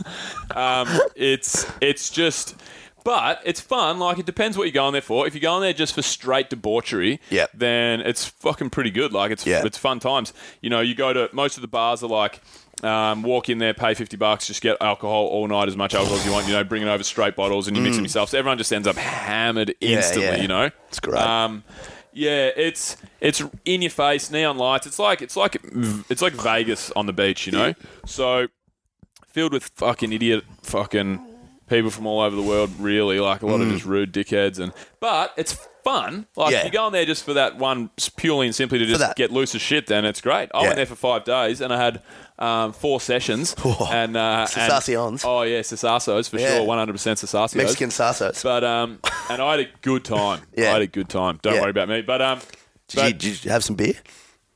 Speaker 8: Um, it's it's just but it's fun. Like it depends what you're going there for. If you're going there just for straight debauchery,
Speaker 1: Yep.
Speaker 8: then it's fucking pretty good. Like it's
Speaker 1: Yeah.
Speaker 8: it's fun times. You know, you go to most of the bars are like. Um, walk in there, pay fifty bucks, just get alcohol all night, as much alcohol as you want. You know, bring it over straight bottles, and you mix them yourself. So everyone just ends up hammered instantly.
Speaker 1: Mm. yeah.
Speaker 8: You know,
Speaker 1: It's great.
Speaker 8: Um, yeah, it's it's in your face, neon lights. It's like it's like it's like Vegas on the beach, you know. So filled with fucking idiot fucking people from all over the world really like a lot of just rude dickheads and but it's fun like
Speaker 1: Mm. Yeah.
Speaker 8: if you're going there just for that one s- purely and simply to just
Speaker 1: that.
Speaker 8: get loose as shit then it's great i
Speaker 1: Yeah.
Speaker 8: went there for five days and i had um, four sessions and uh and-
Speaker 1: Cesacians.
Speaker 8: oh yeah sassos for
Speaker 1: Yeah.
Speaker 8: sure 100% sassos
Speaker 1: Mexican sarsos.
Speaker 8: Uh, but um and i had a good time
Speaker 1: Yeah.
Speaker 8: i had a good time don't
Speaker 1: Yeah.
Speaker 8: worry about me but um
Speaker 1: Did
Speaker 8: but-
Speaker 1: you, did you have some beer?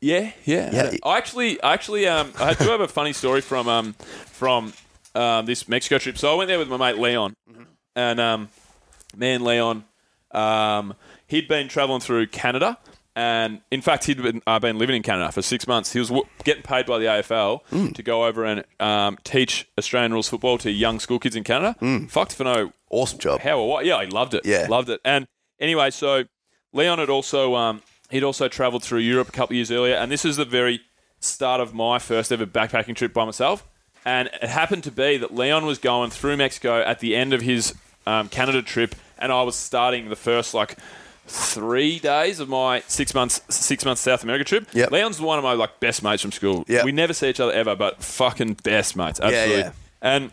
Speaker 8: yeah, yeah.
Speaker 1: Yeah.
Speaker 8: I actually, I actually, um, I do have a funny story from um, from um, this Mexico trip. So I went there with my mate Leon,
Speaker 1: Mm-hmm.
Speaker 8: and um, man, Leon, um, he'd been traveling through Canada, and in fact, he'd been, uh, been living in Canada for six months. He was w- getting paid by the AFL
Speaker 1: Mm.
Speaker 8: to go over and um, teach Australian rules football to young school kids in Canada.
Speaker 1: Mm.
Speaker 8: Fucked for no
Speaker 1: Awesome job.
Speaker 8: how or what? Yeah, I loved it.
Speaker 1: Yeah.
Speaker 8: loved it. And anyway, so Leon had also um, he'd also travelled through Europe a couple of years earlier, and this is the very start of my first ever backpacking trip by myself. And it happened to be that Leon was going through Mexico at the end of his um, Canada trip, and I was starting the first like three days of my six months six months South America trip.
Speaker 1: Yep.
Speaker 8: Leon's one of my like best mates from school.
Speaker 1: Yep.
Speaker 8: we never see each other ever, but fucking best mates,
Speaker 1: yeah.
Speaker 8: absolutely. And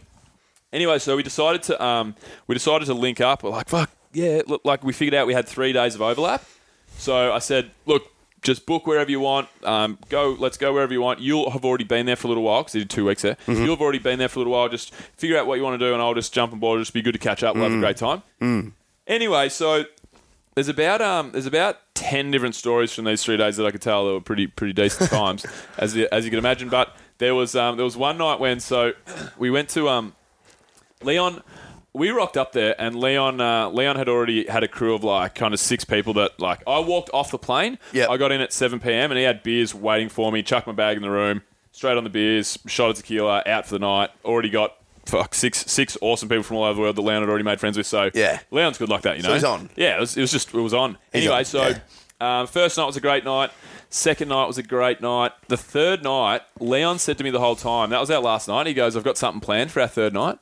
Speaker 8: anyway, so we decided to um, we decided to link up. We're like, fuck, yeah, look, like we figured out we had three days of overlap. So I said, look, just book wherever you want. Um, go, let's go wherever you want. You'll have already been there for a little while because he did two weeks there.
Speaker 1: Mm-hmm.
Speaker 8: You'll have already been there for a little while. Just figure out what you want to do, and I'll just jump on board. It'll just be good to catch up.
Speaker 1: Mm.
Speaker 8: We'll have a great time. Anyway, so there's about um, there's about ten different stories from these three days that I could tell. They were pretty pretty decent times, as you, as you can imagine. But there was um, there was one night when so we went to um, Leon. We rocked up there, and Leon uh, Leon had already had a crew of like kind of six people that like I walked off the plane.
Speaker 1: Yep.
Speaker 8: I got in at seven p.m. and he had beers waiting for me. Chucked my bag in the room, straight on the beers, shot a tequila, out for the night. Already got. Fuck six six awesome people from all over the world that Leon had already made friends with. So
Speaker 1: Yeah.
Speaker 8: Leon's good like that, you know.
Speaker 1: So he's on.
Speaker 8: Yeah, it was, it was just it was on. anyway,
Speaker 1: on,
Speaker 8: so um, first night was a great night. Second night was a great night. The third night, Leon said to me the whole time, that was our last night. He goes, I've got something planned for our third night.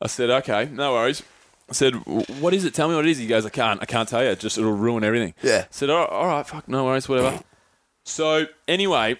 Speaker 8: I said, okay, no worries. I said, "W- what is it? Tell me what it is. He goes, I can't. I can't tell you. Just it'll ruin everything.
Speaker 1: Yeah.
Speaker 8: I said, all right, all right fuck, no worries, whatever. so anyway,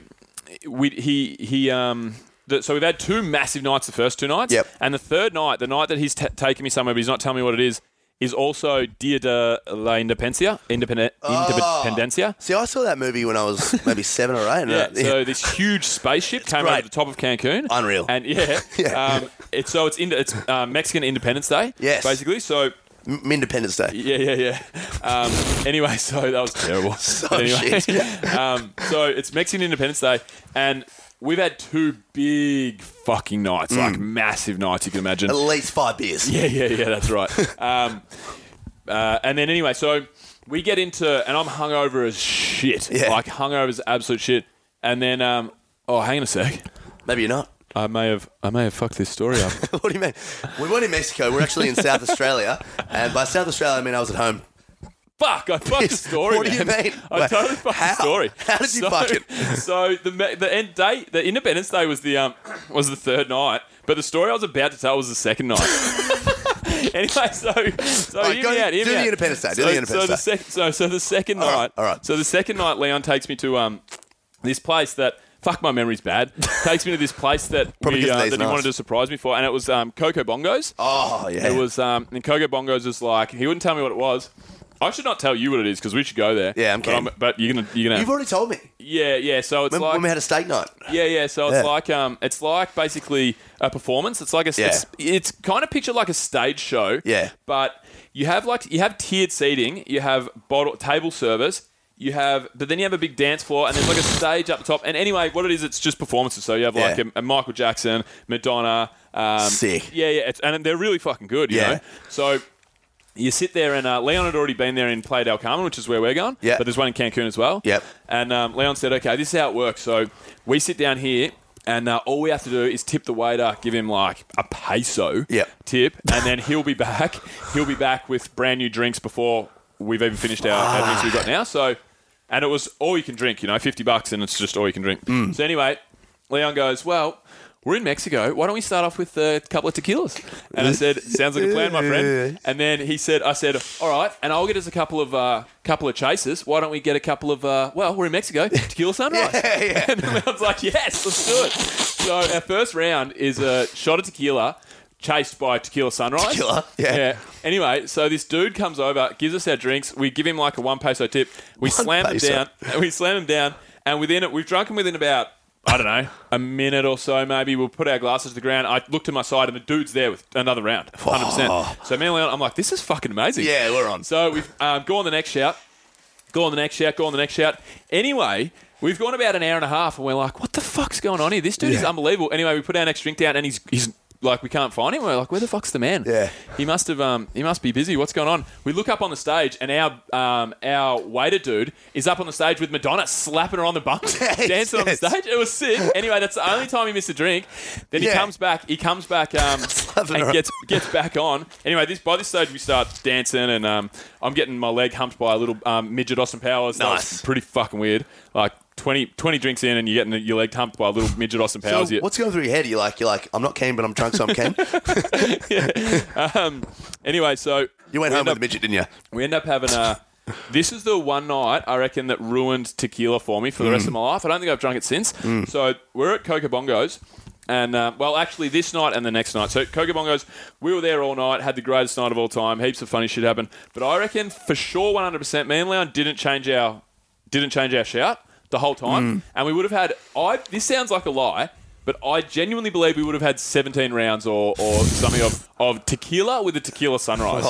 Speaker 8: we he he um. th so we've had two massive nights. The first two nights,
Speaker 1: Yep.
Speaker 8: and the third night, the night that he's t- taking me somewhere, but he's not telling me what it is, is also Dia de la Independencia, Independen-
Speaker 1: Oh.
Speaker 8: Independencia.
Speaker 1: See, I saw that movie when I was maybe seven or eight. and
Speaker 8: Yeah,
Speaker 1: I-
Speaker 8: so this huge spaceship came
Speaker 1: great.
Speaker 8: over the top of Cancun.
Speaker 1: Unreal.
Speaker 8: And yeah,
Speaker 1: Yeah.
Speaker 8: Um, it's so it's in, it's uh, Mexican Independence Day.
Speaker 1: Yes.
Speaker 8: basically. So
Speaker 1: M- Independence Day.
Speaker 8: yeah, yeah, yeah. Um, anyway, so that was terrible.
Speaker 1: So
Speaker 8: anyway,
Speaker 1: shit.
Speaker 8: um, so it's Mexican Independence Day, and we've had two big fucking nights,
Speaker 1: Mm.
Speaker 8: like massive nights. You can imagine.
Speaker 1: At least five beers.
Speaker 8: Yeah, yeah, yeah. That's right. um, uh, and then anyway, so we get into, and I'm hungover as shit.
Speaker 1: Yeah.
Speaker 8: Like hungover as absolute shit. And then, um, oh, hang on a sec.
Speaker 1: Maybe you're not.
Speaker 8: I may have, I may have fucked this story up.
Speaker 1: what do you mean? We weren't in Mexico. We're actually in South Australia. And by South Australia, I mean I was at home.
Speaker 8: Fuck, I fucked the story.
Speaker 1: What do you
Speaker 8: man.
Speaker 1: mean?
Speaker 8: I
Speaker 1: Wait,
Speaker 8: totally fucked
Speaker 1: how?
Speaker 8: the story.
Speaker 1: How did you
Speaker 8: so,
Speaker 1: fuck it?
Speaker 8: So the me- the end day, the Independence Day was the um was the third night, but the story I was about to tell was the second night. anyway, so so
Speaker 1: All right,
Speaker 8: hear
Speaker 1: go-
Speaker 8: me out. hear
Speaker 1: do
Speaker 8: me
Speaker 1: the
Speaker 8: out.
Speaker 1: Independence Day, do
Speaker 8: So,
Speaker 1: the Independence
Speaker 8: so the
Speaker 1: Day.
Speaker 8: sec- so so the second
Speaker 1: All right,
Speaker 8: night.
Speaker 1: all right.
Speaker 8: So the second night, Leon takes me to um this place that. Fuck, my memory's bad. Takes me to this place that
Speaker 1: Probably
Speaker 8: we,
Speaker 1: 'cause
Speaker 8: uh,
Speaker 1: of
Speaker 8: that
Speaker 1: these
Speaker 8: he
Speaker 1: nights.
Speaker 8: wanted to surprise me for, and it was um, Coco Bongos.
Speaker 1: Oh, yeah.
Speaker 8: It was, um, and Kogo Bongos is like, he wouldn't tell me what it was. I should not tell you what it is because we should go there.
Speaker 1: Yeah, I'm
Speaker 8: but,
Speaker 1: keen.
Speaker 8: but you're gonna, you're gonna,
Speaker 1: You've already told me.
Speaker 8: yeah, yeah. So um, it's
Speaker 1: When,
Speaker 8: like,
Speaker 1: when we had a steak night.
Speaker 8: yeah, yeah. So it's
Speaker 1: Yeah.
Speaker 8: like, um, it's like basically a performance. It's like a,
Speaker 1: Yeah.
Speaker 8: it's, it's kind of pictured like a stage show.
Speaker 1: Yeah.
Speaker 8: But you have like, you have tiered seating, you have bottle table service. You have, but then you have a big dance floor, and there's like a stage up the top. And anyway, what it is, it's just performances. So you have like
Speaker 1: Yeah.
Speaker 8: a, a Michael Jackson, Madonna, um,
Speaker 1: Sick.
Speaker 8: yeah, yeah, it's, and they're really fucking good. You
Speaker 1: Yeah.
Speaker 8: know, so you sit there and uh, Leon had already been there in Playa del Carmen, which is where we're going.
Speaker 1: Yeah.
Speaker 8: but there's one in Cancun as well.
Speaker 1: Yep.
Speaker 8: And um, Leon said, "Okay, this is how it works. So we sit down here." And uh, all we have to do is tip the waiter, give him like a peso
Speaker 1: Yep.
Speaker 8: tip, and then he'll be back. He'll be back with brand new drinks before we've even finished our, our drinks we've got now. So, and it was all you can drink, you know, fifty bucks, and it's just all you can drink. So anyway, Leon goes, "Well, we're in Mexico. Why don't we start off with a couple of tequilas?" And I said, "Sounds like a plan, my friend." And then he said, "I said, all right, and I'll get us a couple of uh, couple of chases. Why don't we get a couple of uh, well, we're in Mexico, tequila sunrise."
Speaker 1: Yeah, yeah.
Speaker 8: And Leon's like, "Yes, let's do it." So our first round is a shot of tequila. Chased by tequila sunrise.
Speaker 1: Tequila, yeah.
Speaker 8: Anyway, so this dude comes over, gives us our drinks. We give him like a one peso tip. We slam
Speaker 1: peso.
Speaker 8: him down. And we slam him down, and within it, we've drunk him within about I don't know a minute or so, maybe. We'll put our glasses to the ground. I look to my side, and the dude's there with another round, hundred
Speaker 1: Oh.
Speaker 8: percent. So me and Leon, I'm like, this is fucking amazing.
Speaker 1: Yeah, we're on.
Speaker 8: So we um, go on the next shout, go on the next shout, go on the next shout. Anyway. We've gone about an hour and a half, and we're like, "What the fuck's going on here? This dude is
Speaker 1: Yeah.
Speaker 8: unbelievable." Anyway, we put our next drink down, and he's he's like, "We can't find him." We're like, "Where the fuck's the man?"
Speaker 1: Yeah.
Speaker 8: He must have. Um, he must be busy. What's going on? We look up on the stage, and our um, our waiter dude is up on the stage with Madonna slapping her on the bum,
Speaker 1: Yes,
Speaker 8: dancing on the
Speaker 1: yes.
Speaker 8: stage. It was sick. Anyway, that's the only time he missed a drink. Then he
Speaker 1: Yeah.
Speaker 8: comes back. He comes back um,
Speaker 1: Slapping her
Speaker 8: and
Speaker 1: on.
Speaker 8: gets gets back on. Anyway, this by this stage we start dancing, and um, I'm getting my leg humped by a little um, midget Austin Powers. That was
Speaker 1: Nice.
Speaker 8: pretty fucking weird. Like. 20, 20 drinks in and you're getting your leg humped by a little midget Austin Powers.
Speaker 1: So
Speaker 8: Yeah.
Speaker 1: what's going through your head? You're like, you're like, I'm not keen, but I'm drunk, so I'm keen.
Speaker 8: Anyway, so
Speaker 1: You went
Speaker 8: we
Speaker 1: home
Speaker 8: end
Speaker 1: with
Speaker 8: up-
Speaker 1: a midget, didn't you?
Speaker 8: We end up having a. This is the one night I reckon that ruined tequila for me for the rest of my life. I don't think I've drunk it since. So we're at Coca Bongos, and uh, well, actually, this night and the next night. So Coca Bongos, we were there all night, had the greatest night of all time. Heaps of funny shit happened, but I reckon for sure, one hundred percent, me and Leon didn't change our didn't change our shout the whole time, and we would have had. I this sounds like a lie, but I genuinely believe we would have had 17 rounds or, or something of, of tequila with a tequila sunrise.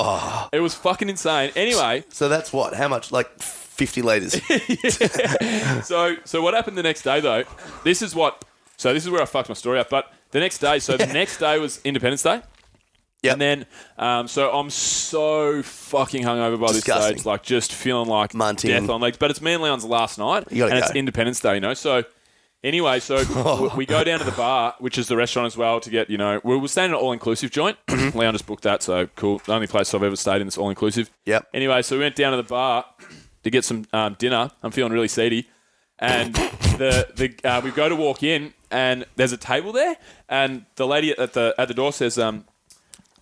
Speaker 8: It was fucking insane. Anyway,
Speaker 1: So that's what? How much? Like 50 litres.
Speaker 8: so so what happened the next day though? This is what. So this is where I fucked my story up. But the next day, so the next day was Independence Day.
Speaker 1: Yep.
Speaker 8: And then, um, so I'm so fucking hungover by
Speaker 1: Disgusting.
Speaker 8: this stage, like just feeling like
Speaker 1: Munting.
Speaker 8: death on legs. But it's me and Leon's last night,
Speaker 1: You gotta
Speaker 8: and it's
Speaker 1: go.
Speaker 8: Independence Day, you know. So anyway, so w- we go down to the bar, which is the restaurant as well, to get you know we we're staying at an all inclusive joint.
Speaker 1: Mm-hmm.
Speaker 8: Leon just booked that, so cool. The only place I've ever stayed in that's all inclusive.
Speaker 1: Yep.
Speaker 8: Anyway, so we went down to the bar to get some um, dinner. I'm feeling really seedy, and the the uh, we go to walk in, and there's a table there, and the lady at the at the door says, um,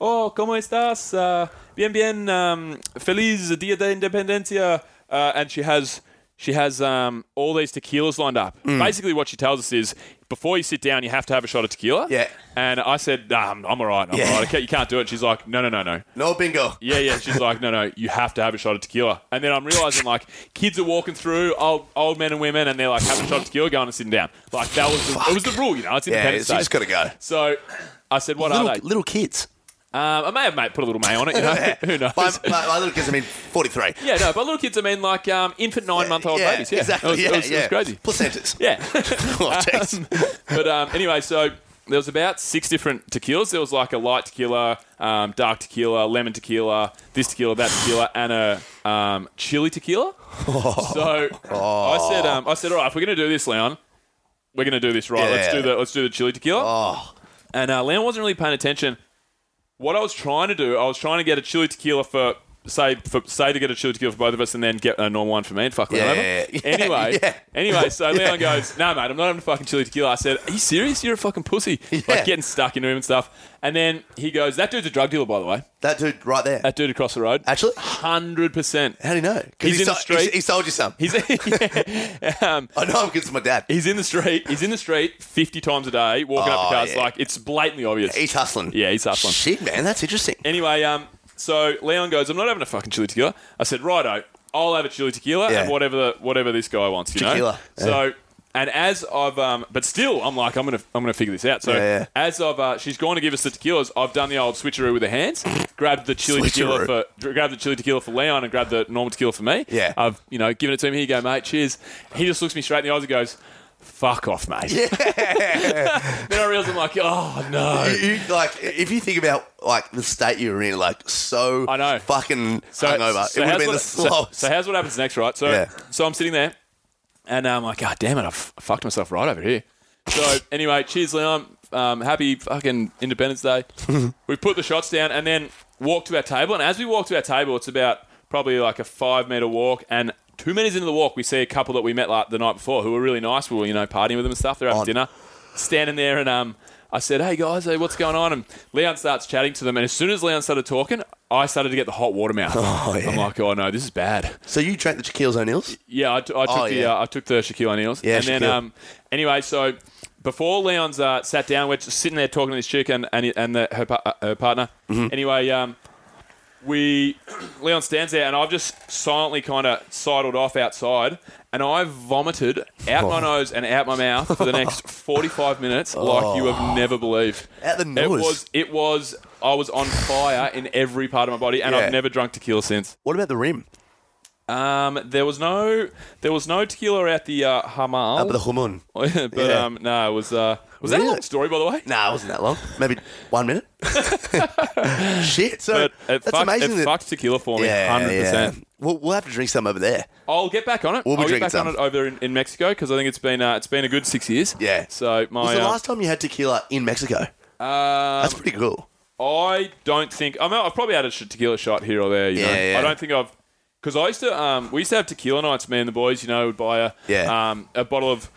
Speaker 8: "Oh, cómo estás? Uh, bien, bien. Um, feliz Dia de Independencia." Uh, and she has she has um, all these tequilas lined up.
Speaker 1: Mm.
Speaker 8: Basically, what she tells us is. Before you sit down, you have to have a shot of tequila.
Speaker 1: Yeah.
Speaker 8: And I said, nah, I'm, I'm all right. I'm
Speaker 1: Yeah.
Speaker 8: all right. I can't- You can't do it. She's like, no, no, no, no.
Speaker 1: no bingo.
Speaker 8: Yeah, yeah. She's like, no, no, you have to have a shot of tequila. And then I'm realizing, like, kids are walking through, old old men and women, and they're like, having a shot of tequila, going and sitting down. Like, that was the, it was the rule, you know? It's
Speaker 1: Yeah,
Speaker 8: independent
Speaker 1: so you just got to go.
Speaker 8: So I said, what
Speaker 1: Little,
Speaker 8: are they?
Speaker 1: little kids.
Speaker 8: um, I may have mate, put a little may on it, you know? Who knows?
Speaker 1: By, by, by little kids, I mean 43.
Speaker 8: yeah, no, but little kids, I mean, like, um, infant nine month old
Speaker 1: Yeah,
Speaker 8: babies. Yeah,
Speaker 1: exactly.
Speaker 8: It was,
Speaker 1: yeah,
Speaker 8: it was,
Speaker 1: yeah.
Speaker 8: It was crazy.
Speaker 1: Placentas.
Speaker 8: Yeah.
Speaker 1: Oh, jeez.
Speaker 8: Um, but um, anyway, so there was about six different tequilas. There was like a light tequila, um, dark tequila, lemon tequila, this tequila, that tequila, and a um, chili tequila. So I said, um, I said, all right, if we're gonna do this, Leon, we're gonna do this right. Let's
Speaker 1: Yeah. Oh.
Speaker 8: do the let's do the chili tequila. And uh, Leon wasn't really paying attention. What I was trying to do, I was trying to get a chili tequila for. Say for say to get a chili tequila for both of us, and then get a normal one for me and fuck Leon
Speaker 1: Yeah,
Speaker 8: over.
Speaker 1: yeah, yeah.
Speaker 8: Anyway,
Speaker 1: Yeah.
Speaker 8: Anyway, so Leon goes, "No, mate, I'm not having a fucking chili tequila." I said, "Are you serious? You're a fucking pussy."
Speaker 1: Yeah.
Speaker 8: Like getting stuck into him and stuff. And then he goes, "That dude's a drug dealer, by the way.
Speaker 1: That dude right there.
Speaker 8: That dude across the road,
Speaker 1: Actually?
Speaker 8: hundred percent.
Speaker 1: How do you know? 'Cause
Speaker 8: He's
Speaker 1: he
Speaker 8: in the
Speaker 1: so-
Speaker 8: street.
Speaker 1: He, he sold you some.
Speaker 8: He's yeah. um,
Speaker 1: I know him because it's my dad.
Speaker 8: he's in the street. He's in the street fifty times a day, walking up
Speaker 1: Oh,
Speaker 8: to cars.
Speaker 1: yeah.
Speaker 8: Like it's blatantly obvious.
Speaker 1: He's hustling.
Speaker 8: yeah, he's hustling.
Speaker 1: Shit, man, that's interesting.
Speaker 8: Anyway, um, so Leon goes, "I'm not having a fucking chili tequila." I said, "Righto, I'll have a chili tequila
Speaker 1: Yeah.
Speaker 8: and whatever the, whatever this guy wants." You
Speaker 1: Tequila,
Speaker 8: know, so. And as I've, um, but still, I'm like, I'm gonna, I'm gonna figure this out. So
Speaker 1: Yeah, yeah.
Speaker 8: as I've, uh, she's going to give us the tequilas. I've done the old switcheroo with the hands, grabbed the chili tequila
Speaker 1: Switcheroo.
Speaker 8: for, dr- grabbed the chili tequila for Leon, and grabbed the normal tequila for me.
Speaker 1: Yeah.
Speaker 8: I've, you know, given it to him. Here you go, mate. Cheers. He just looks me straight in the eyes and goes, "Fuck off, mate." then I realize I'm like, oh no.
Speaker 1: You, you- like, if you think about like the state you were in, like so
Speaker 8: I know.
Speaker 1: fucking hungover, it would
Speaker 8: how's
Speaker 1: have been
Speaker 8: what,
Speaker 1: the slowest.
Speaker 8: So, so here's what happens next, right? So,
Speaker 1: Yeah.
Speaker 8: so I'm sitting there, and I'm like, God damn it, I, f- I fucked myself right over here. So anyway, cheers, Leon. Um, happy fucking Independence Day. we put the shots down and then walk to our table. And as we walk to our table, it's about probably like a five meter walk. And two meters into the walk, we see a couple that we met like the night before who were really nice. We were you know partying with them and stuff. They're having
Speaker 1: On.
Speaker 8: dinner, standing there, and um, I said, "Hey guys, hey, what's going on?" And Leon starts chatting to them. And as soon as Leon started talking, I started to get the hot water mouth.
Speaker 1: yeah.
Speaker 8: I'm like, "Oh no, this is bad."
Speaker 1: So you drank the Shaquille's O'Neill's?
Speaker 8: Yeah, I, t- I took
Speaker 1: Oh,
Speaker 8: the
Speaker 1: yeah.
Speaker 8: uh, I took the Shaquille O'Neal's.
Speaker 1: Yeah,
Speaker 8: and then
Speaker 1: Shaquille.
Speaker 8: um, anyway, so before Leon's uh, sat down, we're just sitting there talking to this chick and and, and the, her pa- uh, her partner.
Speaker 1: Mm-hmm.
Speaker 8: Anyway, um, we Leon stands there, and I've just silently kind of sidled off outside, and I vomited out my
Speaker 1: Oh.
Speaker 8: nose and out my mouth for the next forty five minutes, like you have never believed.
Speaker 1: Oh. Out the
Speaker 8: It
Speaker 1: nose.
Speaker 8: was it was I was on fire in every part of my body, and
Speaker 1: Yeah.
Speaker 8: I've never drunk tequila since.
Speaker 1: What about the rim?
Speaker 8: Um, there was no, there was no tequila at the uh, Hamal.
Speaker 1: Up at the Humun?
Speaker 8: but
Speaker 1: Yeah.
Speaker 8: um, no, it was. Uh, was that a
Speaker 1: Really?
Speaker 8: long story, by the way?
Speaker 1: Nah, it wasn't that long. Maybe one minute. Shit. So
Speaker 8: But it
Speaker 1: that's
Speaker 8: fucked,
Speaker 1: amazing.
Speaker 8: It
Speaker 1: that,
Speaker 8: fucked tequila for me,
Speaker 1: yeah,
Speaker 8: hundred
Speaker 1: yeah.
Speaker 8: percent.
Speaker 1: We'll, we'll have to drink some over there.
Speaker 8: I'll get back on it.
Speaker 1: We'll be
Speaker 8: I'll get
Speaker 1: drinking
Speaker 8: back
Speaker 1: some.
Speaker 8: on it over in, in Mexico because I think it's been uh, it's been a good six years.
Speaker 1: Yeah.
Speaker 8: So my
Speaker 1: was the
Speaker 8: uh,
Speaker 1: last time you had tequila in Mexico?
Speaker 8: uh,
Speaker 1: That's pretty cool.
Speaker 8: I don't think I mean, I've probably had a sh- tequila shot here or there. You know?
Speaker 1: Yeah, yeah.
Speaker 8: I don't think I've because I used to um, we used to have tequila nights. Me and the boys, you know, would buy a
Speaker 1: Yeah.
Speaker 8: um, a bottle of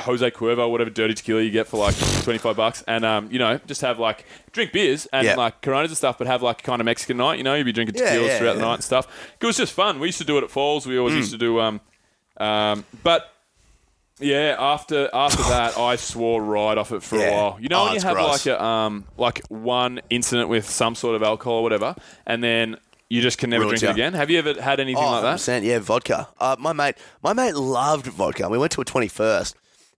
Speaker 8: Jose Cuervo, whatever dirty tequila you get for like twenty five bucks, and um, you know, just have like drink beers and
Speaker 1: Yeah.
Speaker 8: like Coronas and stuff, but have like a kind of Mexican night. You know, you'd be drinking
Speaker 1: Yeah,
Speaker 8: tequilas
Speaker 1: yeah,
Speaker 8: throughout
Speaker 1: yeah. Mm.
Speaker 8: the night and stuff. It was just fun. We used to do it at Falls. We always used to do um, um, but. Yeah, after after that, I swore right off it for
Speaker 1: Yeah.
Speaker 8: a while. You know,
Speaker 1: Oh,
Speaker 8: when you
Speaker 1: it's
Speaker 8: have
Speaker 1: gross.
Speaker 8: like a um, like one incident with some sort of alcohol or whatever, and then you just can never
Speaker 1: Ruins
Speaker 8: drink it
Speaker 1: ya. Oh,
Speaker 8: again? Have you ever had anything like that?
Speaker 1: 100%, Yeah, vodka. Uh, my mate, my mate loved vodka. We went to a twenty first,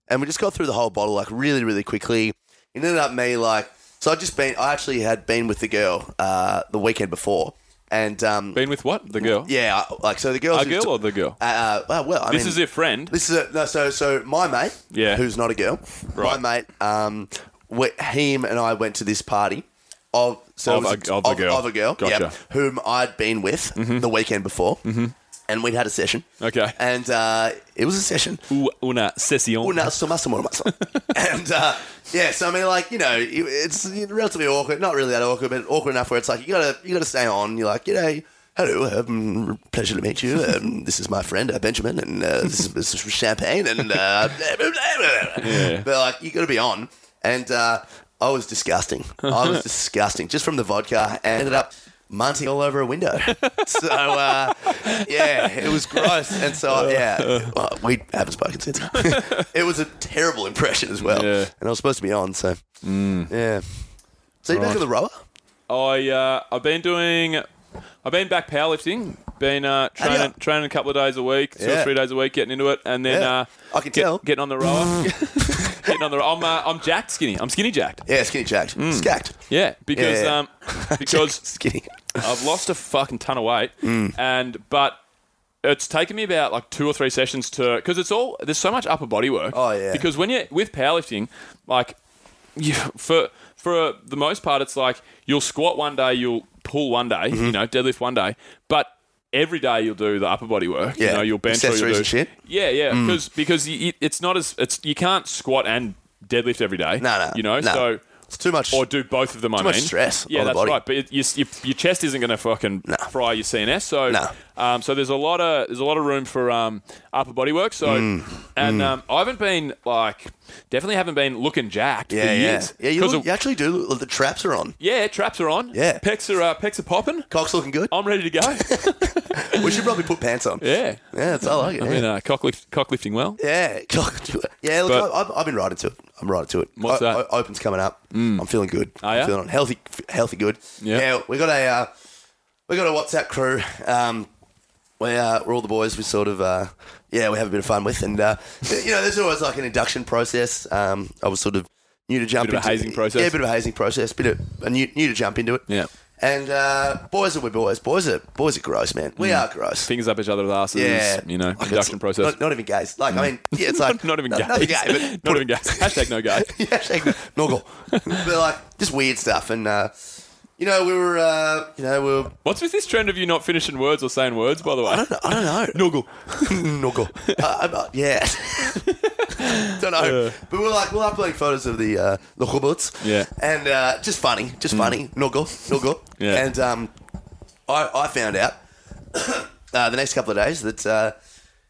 Speaker 1: and we just got through the whole bottle like really, really quickly. It ended up me like so. I just been. I actually had been with the girl uh, the weekend before, and um,
Speaker 8: Been with what? The girl?
Speaker 1: yeah, I- like so the girl.
Speaker 8: A girl or the girl?
Speaker 1: Uh, uh, well, I
Speaker 8: this
Speaker 1: mean,
Speaker 8: is your friend.
Speaker 1: This is a, no, so so my mate,
Speaker 8: Yeah.
Speaker 1: who's not a girl,
Speaker 8: Right.
Speaker 1: my mate, um, we, him and I went to this party of so it
Speaker 8: Of
Speaker 1: was
Speaker 8: a- of a girl.
Speaker 1: of a girl,
Speaker 8: Gotcha. Mm-hmm.
Speaker 1: yeah, whom I'd been with the weekend before, and we'd had a session,
Speaker 8: Okay.
Speaker 1: and uh, it was a session.
Speaker 8: Ooh, una session.
Speaker 1: Well, no, it's still must have more of myself. and uh, yeah, so I mean, like you know, you- it's relatively awkward. Not really that awkward, but awkward enough where it's like you gotta you gotta stay on. You're like, you know, hello, um, pleasure to meet you. Um, this is my friend uh, Benjamin, and uh, this, is, this is champagne, and uh, blah, blah, blah, blah. but like you gotta be on. And uh, I was disgusting. I was disgusting just from the vodka. I ended up. Munting all over a window, so uh, yeah, it was gross. And so yeah, well, we haven't spoken since. It was a terrible impression as well.
Speaker 8: Yeah. Mm.
Speaker 1: And I was supposed to be on, so. Yeah. So you back at the rower?
Speaker 8: I uh, I've been doing, I've been back powerlifting. Been uh,
Speaker 1: Have ya?
Speaker 8: training training a couple of days a week, two
Speaker 1: Yeah.
Speaker 8: or three days a week, getting into it, and then
Speaker 1: Yeah.
Speaker 8: uh,
Speaker 1: I can
Speaker 8: get-
Speaker 1: tell.
Speaker 8: getting on the rower, getting on the. I'm uh, I'm jacked skinny. I'm skinny jacked.
Speaker 1: Yeah, skinny jacked. Scacked.
Speaker 8: Mm. Yeah, because
Speaker 1: Yeah.
Speaker 8: Um, because
Speaker 1: skinny.
Speaker 8: I've lost a fucking ton of weight,
Speaker 1: Mm.
Speaker 8: and but it's taken me about like two or three sessions to because it's all there's so much upper body work.
Speaker 1: Oh, yeah.
Speaker 8: Because when you're with powerlifting, like you for for uh, the most part, it's like you'll squat one day, you'll pull one day,
Speaker 1: Mm-hmm.
Speaker 8: you know, deadlift one day, but every day you'll do the upper body work.
Speaker 1: Yeah.
Speaker 8: You know, you'll bench or you'll
Speaker 1: Accessories
Speaker 8: do
Speaker 1: and shit. Mm.
Speaker 8: Yeah, yeah, because because you, you- it's not as it's you can't squat and deadlift every day.
Speaker 1: No, no,
Speaker 8: You know,
Speaker 1: no.
Speaker 8: so.
Speaker 1: It's too much.
Speaker 8: Or do both of them. I
Speaker 1: much
Speaker 8: mean.
Speaker 1: stress
Speaker 8: Yeah,
Speaker 1: on the
Speaker 8: that's
Speaker 1: body.
Speaker 8: right. But it, your, your, your chest isn't going to fucking
Speaker 1: No.
Speaker 8: fry your CNS. So,
Speaker 1: No.
Speaker 8: um, so there's a lot of there's a lot of room for um, upper body work. So,
Speaker 1: Mm.
Speaker 8: and Um, I haven't been like definitely haven't been looking jacked
Speaker 1: yeah,
Speaker 8: for
Speaker 1: yeah.
Speaker 8: years.
Speaker 1: Yeah, you,
Speaker 8: 'Cause
Speaker 1: look,
Speaker 8: of-
Speaker 1: you actually do. look- The traps are on.
Speaker 8: yeah, traps are on.
Speaker 1: Yeah.
Speaker 8: pecs are uh, pecs are popping.
Speaker 1: Cock's looking good.
Speaker 8: I'm ready to go.
Speaker 1: we should probably put pants on.
Speaker 8: Oh. yeah,
Speaker 1: Yeah, that's, I like it.
Speaker 8: I
Speaker 1: Yeah.
Speaker 8: mean, uh, cock, lift, cock lifting well.
Speaker 1: yeah, cock to it. Yeah, look,
Speaker 8: But-
Speaker 1: I, I've, I've been right into it. I'm right into it.
Speaker 8: What's
Speaker 1: O-
Speaker 8: that?
Speaker 1: o- open's coming up. I'm feeling good.
Speaker 8: Are
Speaker 1: I'm
Speaker 8: ya?
Speaker 1: feeling healthy, f- healthy, good.
Speaker 8: Yeah.
Speaker 1: Yeah, we got a uh, we got a WhatsApp crew. Um, we, uh, we're all the boys we sort of, uh, yeah, we have a bit of fun with. And, uh, you know, there's always like an induction process. Um, I was sort of new to jump
Speaker 8: Bit of
Speaker 1: into
Speaker 8: a hazing process.
Speaker 1: Yeah, bit of a hazing process, bit of a new, new to jump into it.
Speaker 8: Yeah.
Speaker 1: And uh, boys are we boys. Boys are boys are gross, man. We
Speaker 8: Mm.
Speaker 1: are gross.
Speaker 8: Fingers up each other's asses.
Speaker 1: yeah,
Speaker 8: you know,
Speaker 1: Like, it's
Speaker 8: induction process.
Speaker 1: Not, not even gays. Like I mean, yeah, it's like
Speaker 8: Not even
Speaker 1: no-
Speaker 8: gay.
Speaker 1: Not even gay, but
Speaker 8: Not even gay. Hashtag no gay.
Speaker 1: yeah, hashtag Noggle. but like just weird stuff, and uh, you know, we were, uh, you know, we were
Speaker 8: What's with this trend of you not finishing words or saying words? By the way,
Speaker 1: I don't know. Noggle. Noggle. Uh, I'm, uh, yeah. don't know. But we're like, we're uploading photos of the uh, the robots.
Speaker 8: Yeah. Mm.
Speaker 1: And uh, just funny, just funny. Noggle, noggle.
Speaker 8: Yeah.
Speaker 1: And um, I, I found out uh, the next couple of days that, uh,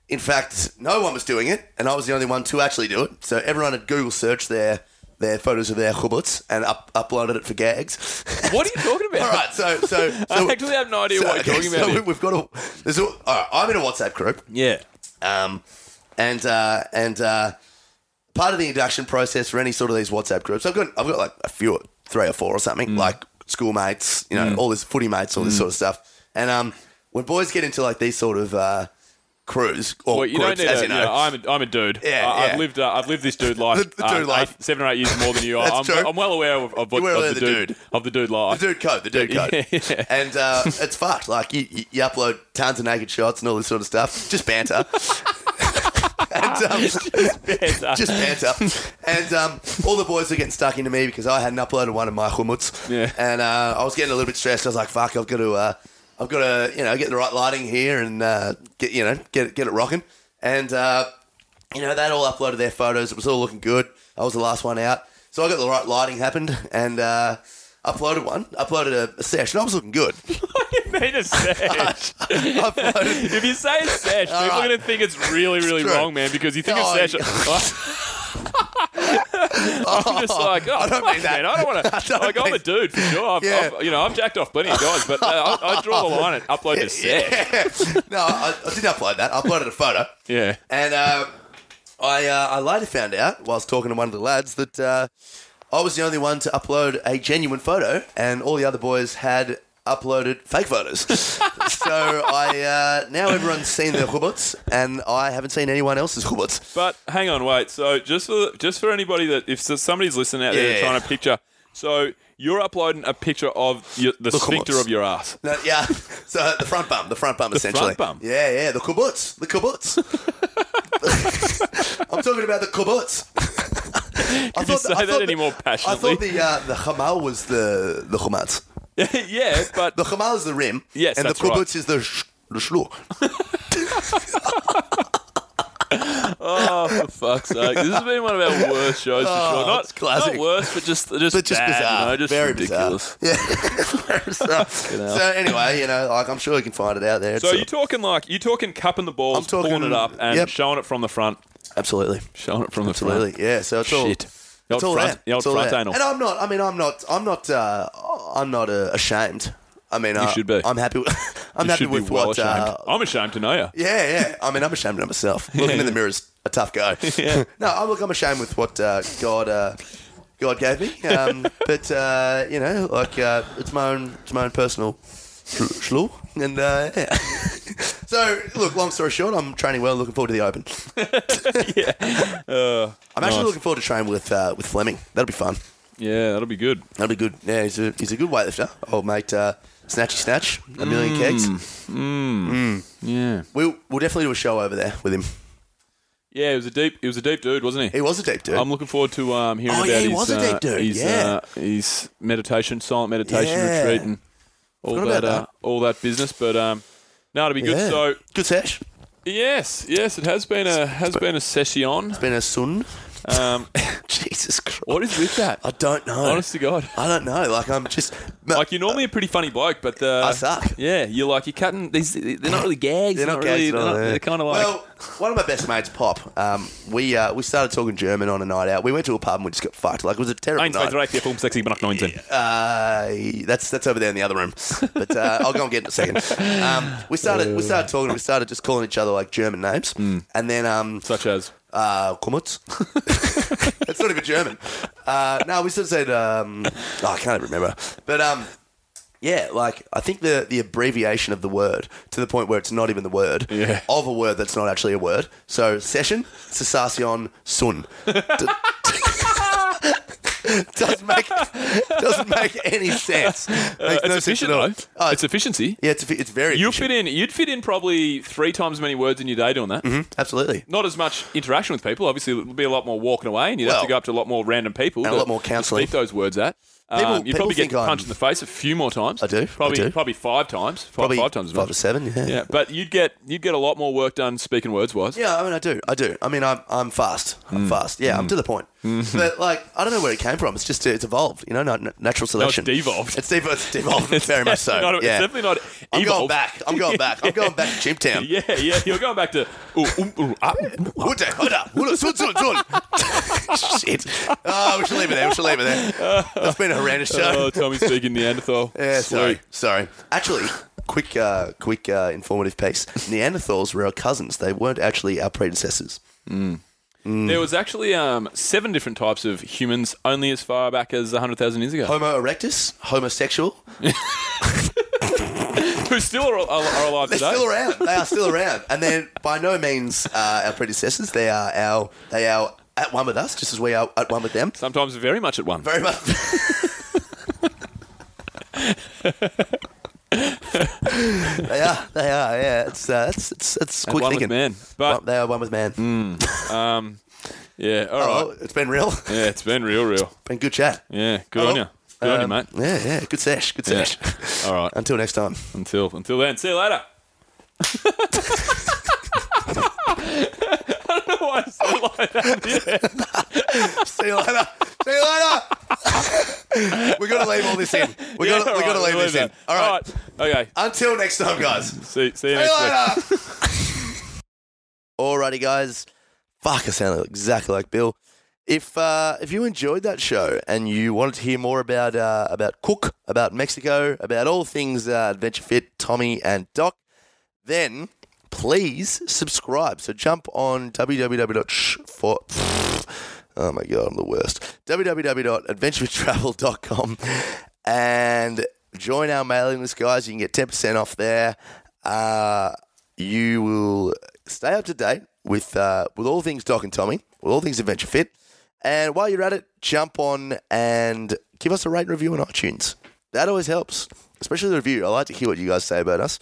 Speaker 1: in fact, no one was doing it, and I was the only one to actually do it. So everyone had Google searched their their photos of their hobbits and up, uploaded it for gags.
Speaker 8: What are you talking about?
Speaker 1: All right, so so, so
Speaker 8: I actually have no idea
Speaker 1: so,
Speaker 8: what you're
Speaker 1: okay,
Speaker 8: talking about.
Speaker 1: So we,
Speaker 8: here.
Speaker 1: we've got a. There's a all right, I'm in a WhatsApp group,
Speaker 8: yeah.
Speaker 1: um, and uh, and uh, part of the induction process for any sort of these WhatsApp groups, I've got I've got like a few, three or four or something,
Speaker 8: Mm.
Speaker 1: like schoolmates, you know, all this footy mates, all this sort of stuff. And um, when boys get into like these sort of uh, crews or
Speaker 8: Well, you
Speaker 1: groups,
Speaker 8: don't need
Speaker 1: as
Speaker 8: a,
Speaker 1: you know,
Speaker 8: yeah, I'm, a, I'm a dude.
Speaker 1: Yeah,
Speaker 8: I,
Speaker 1: yeah.
Speaker 8: I've lived. Uh, I've lived this dude life.
Speaker 1: The- the dude
Speaker 8: uh,
Speaker 1: life.
Speaker 8: eight- seven or eight years more than you. are.
Speaker 1: That's
Speaker 8: I'm,
Speaker 1: true.
Speaker 8: I'm well aware of, of, what
Speaker 1: You're aware
Speaker 8: of the, dude, of the dude
Speaker 1: the
Speaker 8: life.
Speaker 1: dude code, the dude code,
Speaker 8: Yeah.
Speaker 1: and uh, it's fucked. Like you, you, you upload tons of naked shots and all this sort of stuff, just banter. and, um, just banter. And um, all the boys were getting stuck into me because I hadn't uploaded one of my humuts.
Speaker 8: Yeah.
Speaker 1: And uh, I was getting a little bit stressed. I was like, fuck, I've got to, uh, I've got to, you know, get the right lighting here and uh, get, you know, get it, get it rocking. And, uh, you know, they'd all uploaded their photos. It was all looking good. I was the last one out. So I got the right lighting happened and uh, uploaded one, uploaded a, a session. I was looking good.
Speaker 8: Made a sesh.
Speaker 1: uploaded
Speaker 8: if you say a sesh, people
Speaker 1: right.
Speaker 8: are going to think it's really, really
Speaker 1: true.
Speaker 8: wrong, man. Because you think
Speaker 1: Oh,
Speaker 8: a sesh. I'm just like, oh,
Speaker 1: I don't
Speaker 8: fuck,
Speaker 1: mean that.
Speaker 8: man, I don't want
Speaker 1: I
Speaker 8: to.
Speaker 1: don't
Speaker 8: Like, I'm
Speaker 1: mean-
Speaker 8: a dude for sure. I've,
Speaker 1: Yeah.
Speaker 8: I've, you know, I've jacked off plenty of guys, but uh, I, I draw the line at upload to sesh.
Speaker 1: no, I, I didn't upload that. I uploaded a photo.
Speaker 8: Yeah.
Speaker 1: And uh, I, uh, I later found out, whilst talking to one of the lads, that uh, I was the only one to upload a genuine photo, and all the other boys had uploaded fake photos. so I uh, now everyone's seen their hubots, and I haven't seen anyone else's hubots.
Speaker 8: But hang on, wait. So just for just for anybody that if somebody's listening out there
Speaker 1: Yeah.
Speaker 8: and trying to picture, so you're uploading a picture of your, the sphincter
Speaker 1: what's-
Speaker 8: of your ass.
Speaker 1: No, yeah, so the front bum, the front bum, essentially.
Speaker 8: front bum?
Speaker 1: Yeah, yeah, the kibbutz, the kibbutz. I'm talking about the kibbutz. I
Speaker 8: you say
Speaker 1: I
Speaker 8: that
Speaker 1: thought
Speaker 8: any more
Speaker 1: I thought
Speaker 8: passionately?
Speaker 1: the uh, the chamal was the the chumatz.
Speaker 8: yeah, but
Speaker 1: The chamal is the rim.
Speaker 8: Yes,
Speaker 1: and
Speaker 8: that's
Speaker 1: the kibbutz
Speaker 8: right.
Speaker 1: is the sh- the shlur.
Speaker 8: for fuck's sake, this has been one of our worst shows for sure. Not
Speaker 1: Oh, it's classic.
Speaker 8: not worst, but just just
Speaker 1: but just
Speaker 8: bad,
Speaker 1: bizarre,
Speaker 8: You know, just
Speaker 1: very
Speaker 8: ridiculous.
Speaker 1: Bizarre. Yeah. so, so anyway, you know, like I'm sure you can find it out there.
Speaker 8: So
Speaker 1: It's,
Speaker 8: you're talking like you're talking cupping the balls,
Speaker 1: I'm talking-
Speaker 8: pulling it up, and
Speaker 1: yep.
Speaker 8: showing it from the front,
Speaker 1: absolutely,
Speaker 8: showing it from
Speaker 1: absolutely,
Speaker 8: the
Speaker 1: yeah. So it's
Speaker 8: front.
Speaker 1: all
Speaker 8: Shit. The
Speaker 1: it's all
Speaker 8: old front,
Speaker 1: there.
Speaker 8: the old
Speaker 1: It's all
Speaker 8: front
Speaker 1: there.
Speaker 8: anal.
Speaker 1: And I'm not. I mean, I'm not. I'm not. Uh, I'm not uh, ashamed. I mean, you
Speaker 8: should be.
Speaker 1: I'm happy. With, I'm
Speaker 8: You
Speaker 1: happy
Speaker 8: should be
Speaker 1: with
Speaker 8: well
Speaker 1: what.
Speaker 8: ashamed.
Speaker 1: Uh,
Speaker 8: I'm ashamed to know you.
Speaker 1: yeah, yeah. I mean, I'm ashamed of myself. Looking in the mirror is a tough go. no, I look. I'm ashamed with what uh, God. Uh, God gave me, um, but uh, you know, like uh, it's my own, it's my own personal schlur, and uh, yeah. so look. Long story short, I'm training well. Looking forward to the Open. I'm actually looking forward to training with uh, with Fleming. That'll be fun.
Speaker 8: Yeah, that'll be good.
Speaker 1: That'll be good. Yeah, he's a, he's a good weightlifter. Old mate, uh, snatchy snatch, a million kegs.
Speaker 8: Yeah,
Speaker 1: We'll, we'll definitely do a show over there with him.
Speaker 8: yeah. It was a deep. It was a deep dude, wasn't he?
Speaker 1: He was a deep dude.
Speaker 8: I'm looking forward to um, hearing
Speaker 1: Oh,
Speaker 8: about
Speaker 1: yeah, he
Speaker 8: his,
Speaker 1: was a
Speaker 8: uh,
Speaker 1: deep dude,
Speaker 8: his,
Speaker 1: yeah.
Speaker 8: uh, his meditation, silent meditation
Speaker 1: Yeah.
Speaker 8: retreat, and all
Speaker 1: Forgot
Speaker 8: that,
Speaker 1: about
Speaker 8: Uh, all that business. But um, no, it'll be good.
Speaker 1: Yeah.
Speaker 8: So
Speaker 1: good sesh.
Speaker 8: yes, yes, it has been a has been a session.
Speaker 1: Been a sun.
Speaker 8: Um,
Speaker 1: Jesus Christ.
Speaker 8: what is with that?
Speaker 1: I don't know.
Speaker 8: Honest to God.
Speaker 1: I don't know. Like I'm just
Speaker 8: Like you're normally a pretty funny bloke, but the,
Speaker 1: I suck.
Speaker 8: Yeah, you're like you're cutting these. They're not really gags.
Speaker 1: They're not gags
Speaker 8: really.
Speaker 1: at all,
Speaker 8: they're,
Speaker 1: yeah.
Speaker 8: they're kind of like.
Speaker 1: Well, one of my best mates, Pop. Um, we uh, we started talking German on a night out. We went to a pub and we just got fucked. Like it was a terrible
Speaker 8: Eins, zwei,
Speaker 1: night.
Speaker 8: drei, vier, fünf, sechs, sieben, acht, neun, zehn.
Speaker 1: Uh, that's that's over there in the other room. But uh, I'll go and get it in a second. Um, we started we started talking. We started just calling each other like German names,
Speaker 8: Hmm.
Speaker 1: and then um,
Speaker 8: Such as
Speaker 1: uh, Kumutz. That's not even German. Uh, no, we sort of said, um, oh, I can't even remember. But um, yeah, like I think the the abbreviation of the word to the point where it's not even the word
Speaker 8: Yeah.
Speaker 1: of a word that's not actually a word. So session, cessation, sun. D- doesn't make doesn't make any sense. Makes no
Speaker 8: Uh, it's
Speaker 1: sense
Speaker 8: efficient
Speaker 1: at all.
Speaker 8: though.
Speaker 1: Oh,
Speaker 8: it's efficiency.
Speaker 1: yeah, it's, it's very
Speaker 8: You
Speaker 1: efficient.
Speaker 8: fit in. You'd fit in probably three times as many words in your day doing
Speaker 1: Mm-hmm.
Speaker 8: that.
Speaker 1: absolutely.
Speaker 8: Not as much interaction with people. Obviously, it'll be a lot more walking away, and you'd have
Speaker 1: Well,
Speaker 8: to go up to a lot more random people.
Speaker 1: and a
Speaker 8: to-
Speaker 1: lot more
Speaker 8: to
Speaker 1: counselling.
Speaker 8: Speak those words at. Um,
Speaker 1: People-
Speaker 8: you'd
Speaker 1: people
Speaker 8: probably get
Speaker 1: think I'm-
Speaker 8: punched in the face a few more times.
Speaker 1: I do, I
Speaker 8: Probably,
Speaker 1: do.
Speaker 8: probably five times. Five,
Speaker 1: Probably
Speaker 8: five times as
Speaker 1: five
Speaker 8: much.
Speaker 1: to seven.
Speaker 8: Yeah, but you'd get you'd get a lot more work done speaking words wise.
Speaker 1: Yeah, I mean, I do. I do. I mean, I'm, I'm fast.
Speaker 8: Mm.
Speaker 1: I'm fast. Yeah, I'm to the point. But, like, I don't know where it came from. It's just, it's evolved, you know, not n- natural selection.
Speaker 8: devolved.
Speaker 1: It's, dev- it's devolved, very much so.
Speaker 8: Not,
Speaker 1: yeah.
Speaker 8: It's definitely not.
Speaker 1: I'm going
Speaker 8: evolved.
Speaker 1: back. I'm going back. I'm going back to Chimp Town.
Speaker 8: Yeah, yeah. You're going back to. Ooh, um, ooh, ah, ooh, ah.
Speaker 1: Huda, huda, huda, sun, sun, sun. Shit. Oh, we should leave it there. We should leave it there. That's been a horrendous
Speaker 8: Oh,
Speaker 1: show.
Speaker 8: Tommy speaking Neanderthal.
Speaker 1: yeah, sorry.
Speaker 8: Sweet.
Speaker 1: Sorry. Actually, quick, uh, quick uh, informative piece. Neanderthals were our cousins. They weren't actually our predecessors. Mm.
Speaker 8: There was actually um, seven different types of humans only as far back as 100,000 years ago.
Speaker 1: Homo erectus, homosexual,
Speaker 8: who still are, are, are alive
Speaker 1: They're
Speaker 8: today.
Speaker 1: still around. They are still around, and they're by no means uh, our predecessors. They are our they are at one with us, just as we are at one with them.
Speaker 8: Sometimes very much at one.
Speaker 1: Very much. they are. They are. Yeah. It's uh, it's it's, it's
Speaker 8: At
Speaker 1: quick
Speaker 8: one with
Speaker 1: thinking.
Speaker 8: man. But
Speaker 1: One- they are one with man.
Speaker 8: yeah, all right.
Speaker 1: Oh, it's been real.
Speaker 8: Yeah, it's been real, real.
Speaker 1: Been good chat.
Speaker 8: Yeah, good
Speaker 1: Oh,
Speaker 8: on you. Good on you,
Speaker 1: um,
Speaker 8: mate.
Speaker 1: Yeah. Yeah. Good sesh. Good
Speaker 8: Yeah.
Speaker 1: sesh.
Speaker 8: All right.
Speaker 1: Until next time.
Speaker 8: Until until then, see you later. I don't know why I said it like that. Yeah.
Speaker 1: See you later. See you later. we got to leave all this in. We got to
Speaker 8: all
Speaker 1: we got to
Speaker 8: right,
Speaker 1: leave
Speaker 8: we'll
Speaker 1: this in.
Speaker 8: that.
Speaker 1: All right.
Speaker 8: All right. Okay.
Speaker 1: Until next time, guys.
Speaker 8: See, see you next week.
Speaker 1: Alrighty, guys. Fuck, I sound exactly like Bill. If uh, if you enjoyed that show and you wanted to hear more about uh, about Cook, about Mexico, about all things uh, Adventure Fit, Tommy and Doc, then please subscribe. So jump on www. for oh my god, I'm the worst. www.adventuretravel.com and Join our mailing list, guys. You can get 10% off there. Uh, you will stay up to date with uh, with all things Doc and Tommy, with all things Adventure Fit. And while you're at it, jump on and give us a rate and review on iTunes. That always helps, especially the review. I like to hear what you guys say about us.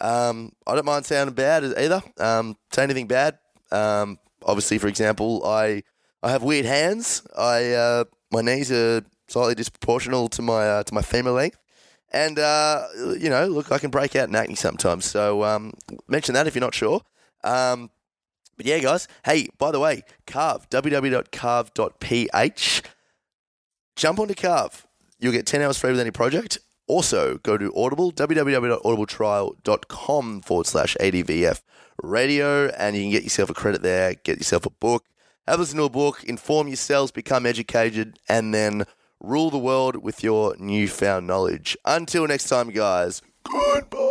Speaker 1: Um, I don't mind sounding bad either. Um, say anything bad. Um, obviously, for example, I I have weird hands. I uh, my knees are slightly disproportional to my uh, to my femur length, and uh, you know, look, I can break out in acne sometimes. So um, mention that if you're not sure. Um, but yeah, guys. Hey, by the way, Carve, www.carve.ph. Jump onto Carve. You'll get 10 hours free with any project. Also, go to Audible, www.audibletrial.com forward slash ADVF radio, and you can get yourself a credit there, get yourself a book, have a listen to a book, inform yourselves, become educated, and then rule the world with your newfound knowledge. Until next time, guys, goodbye.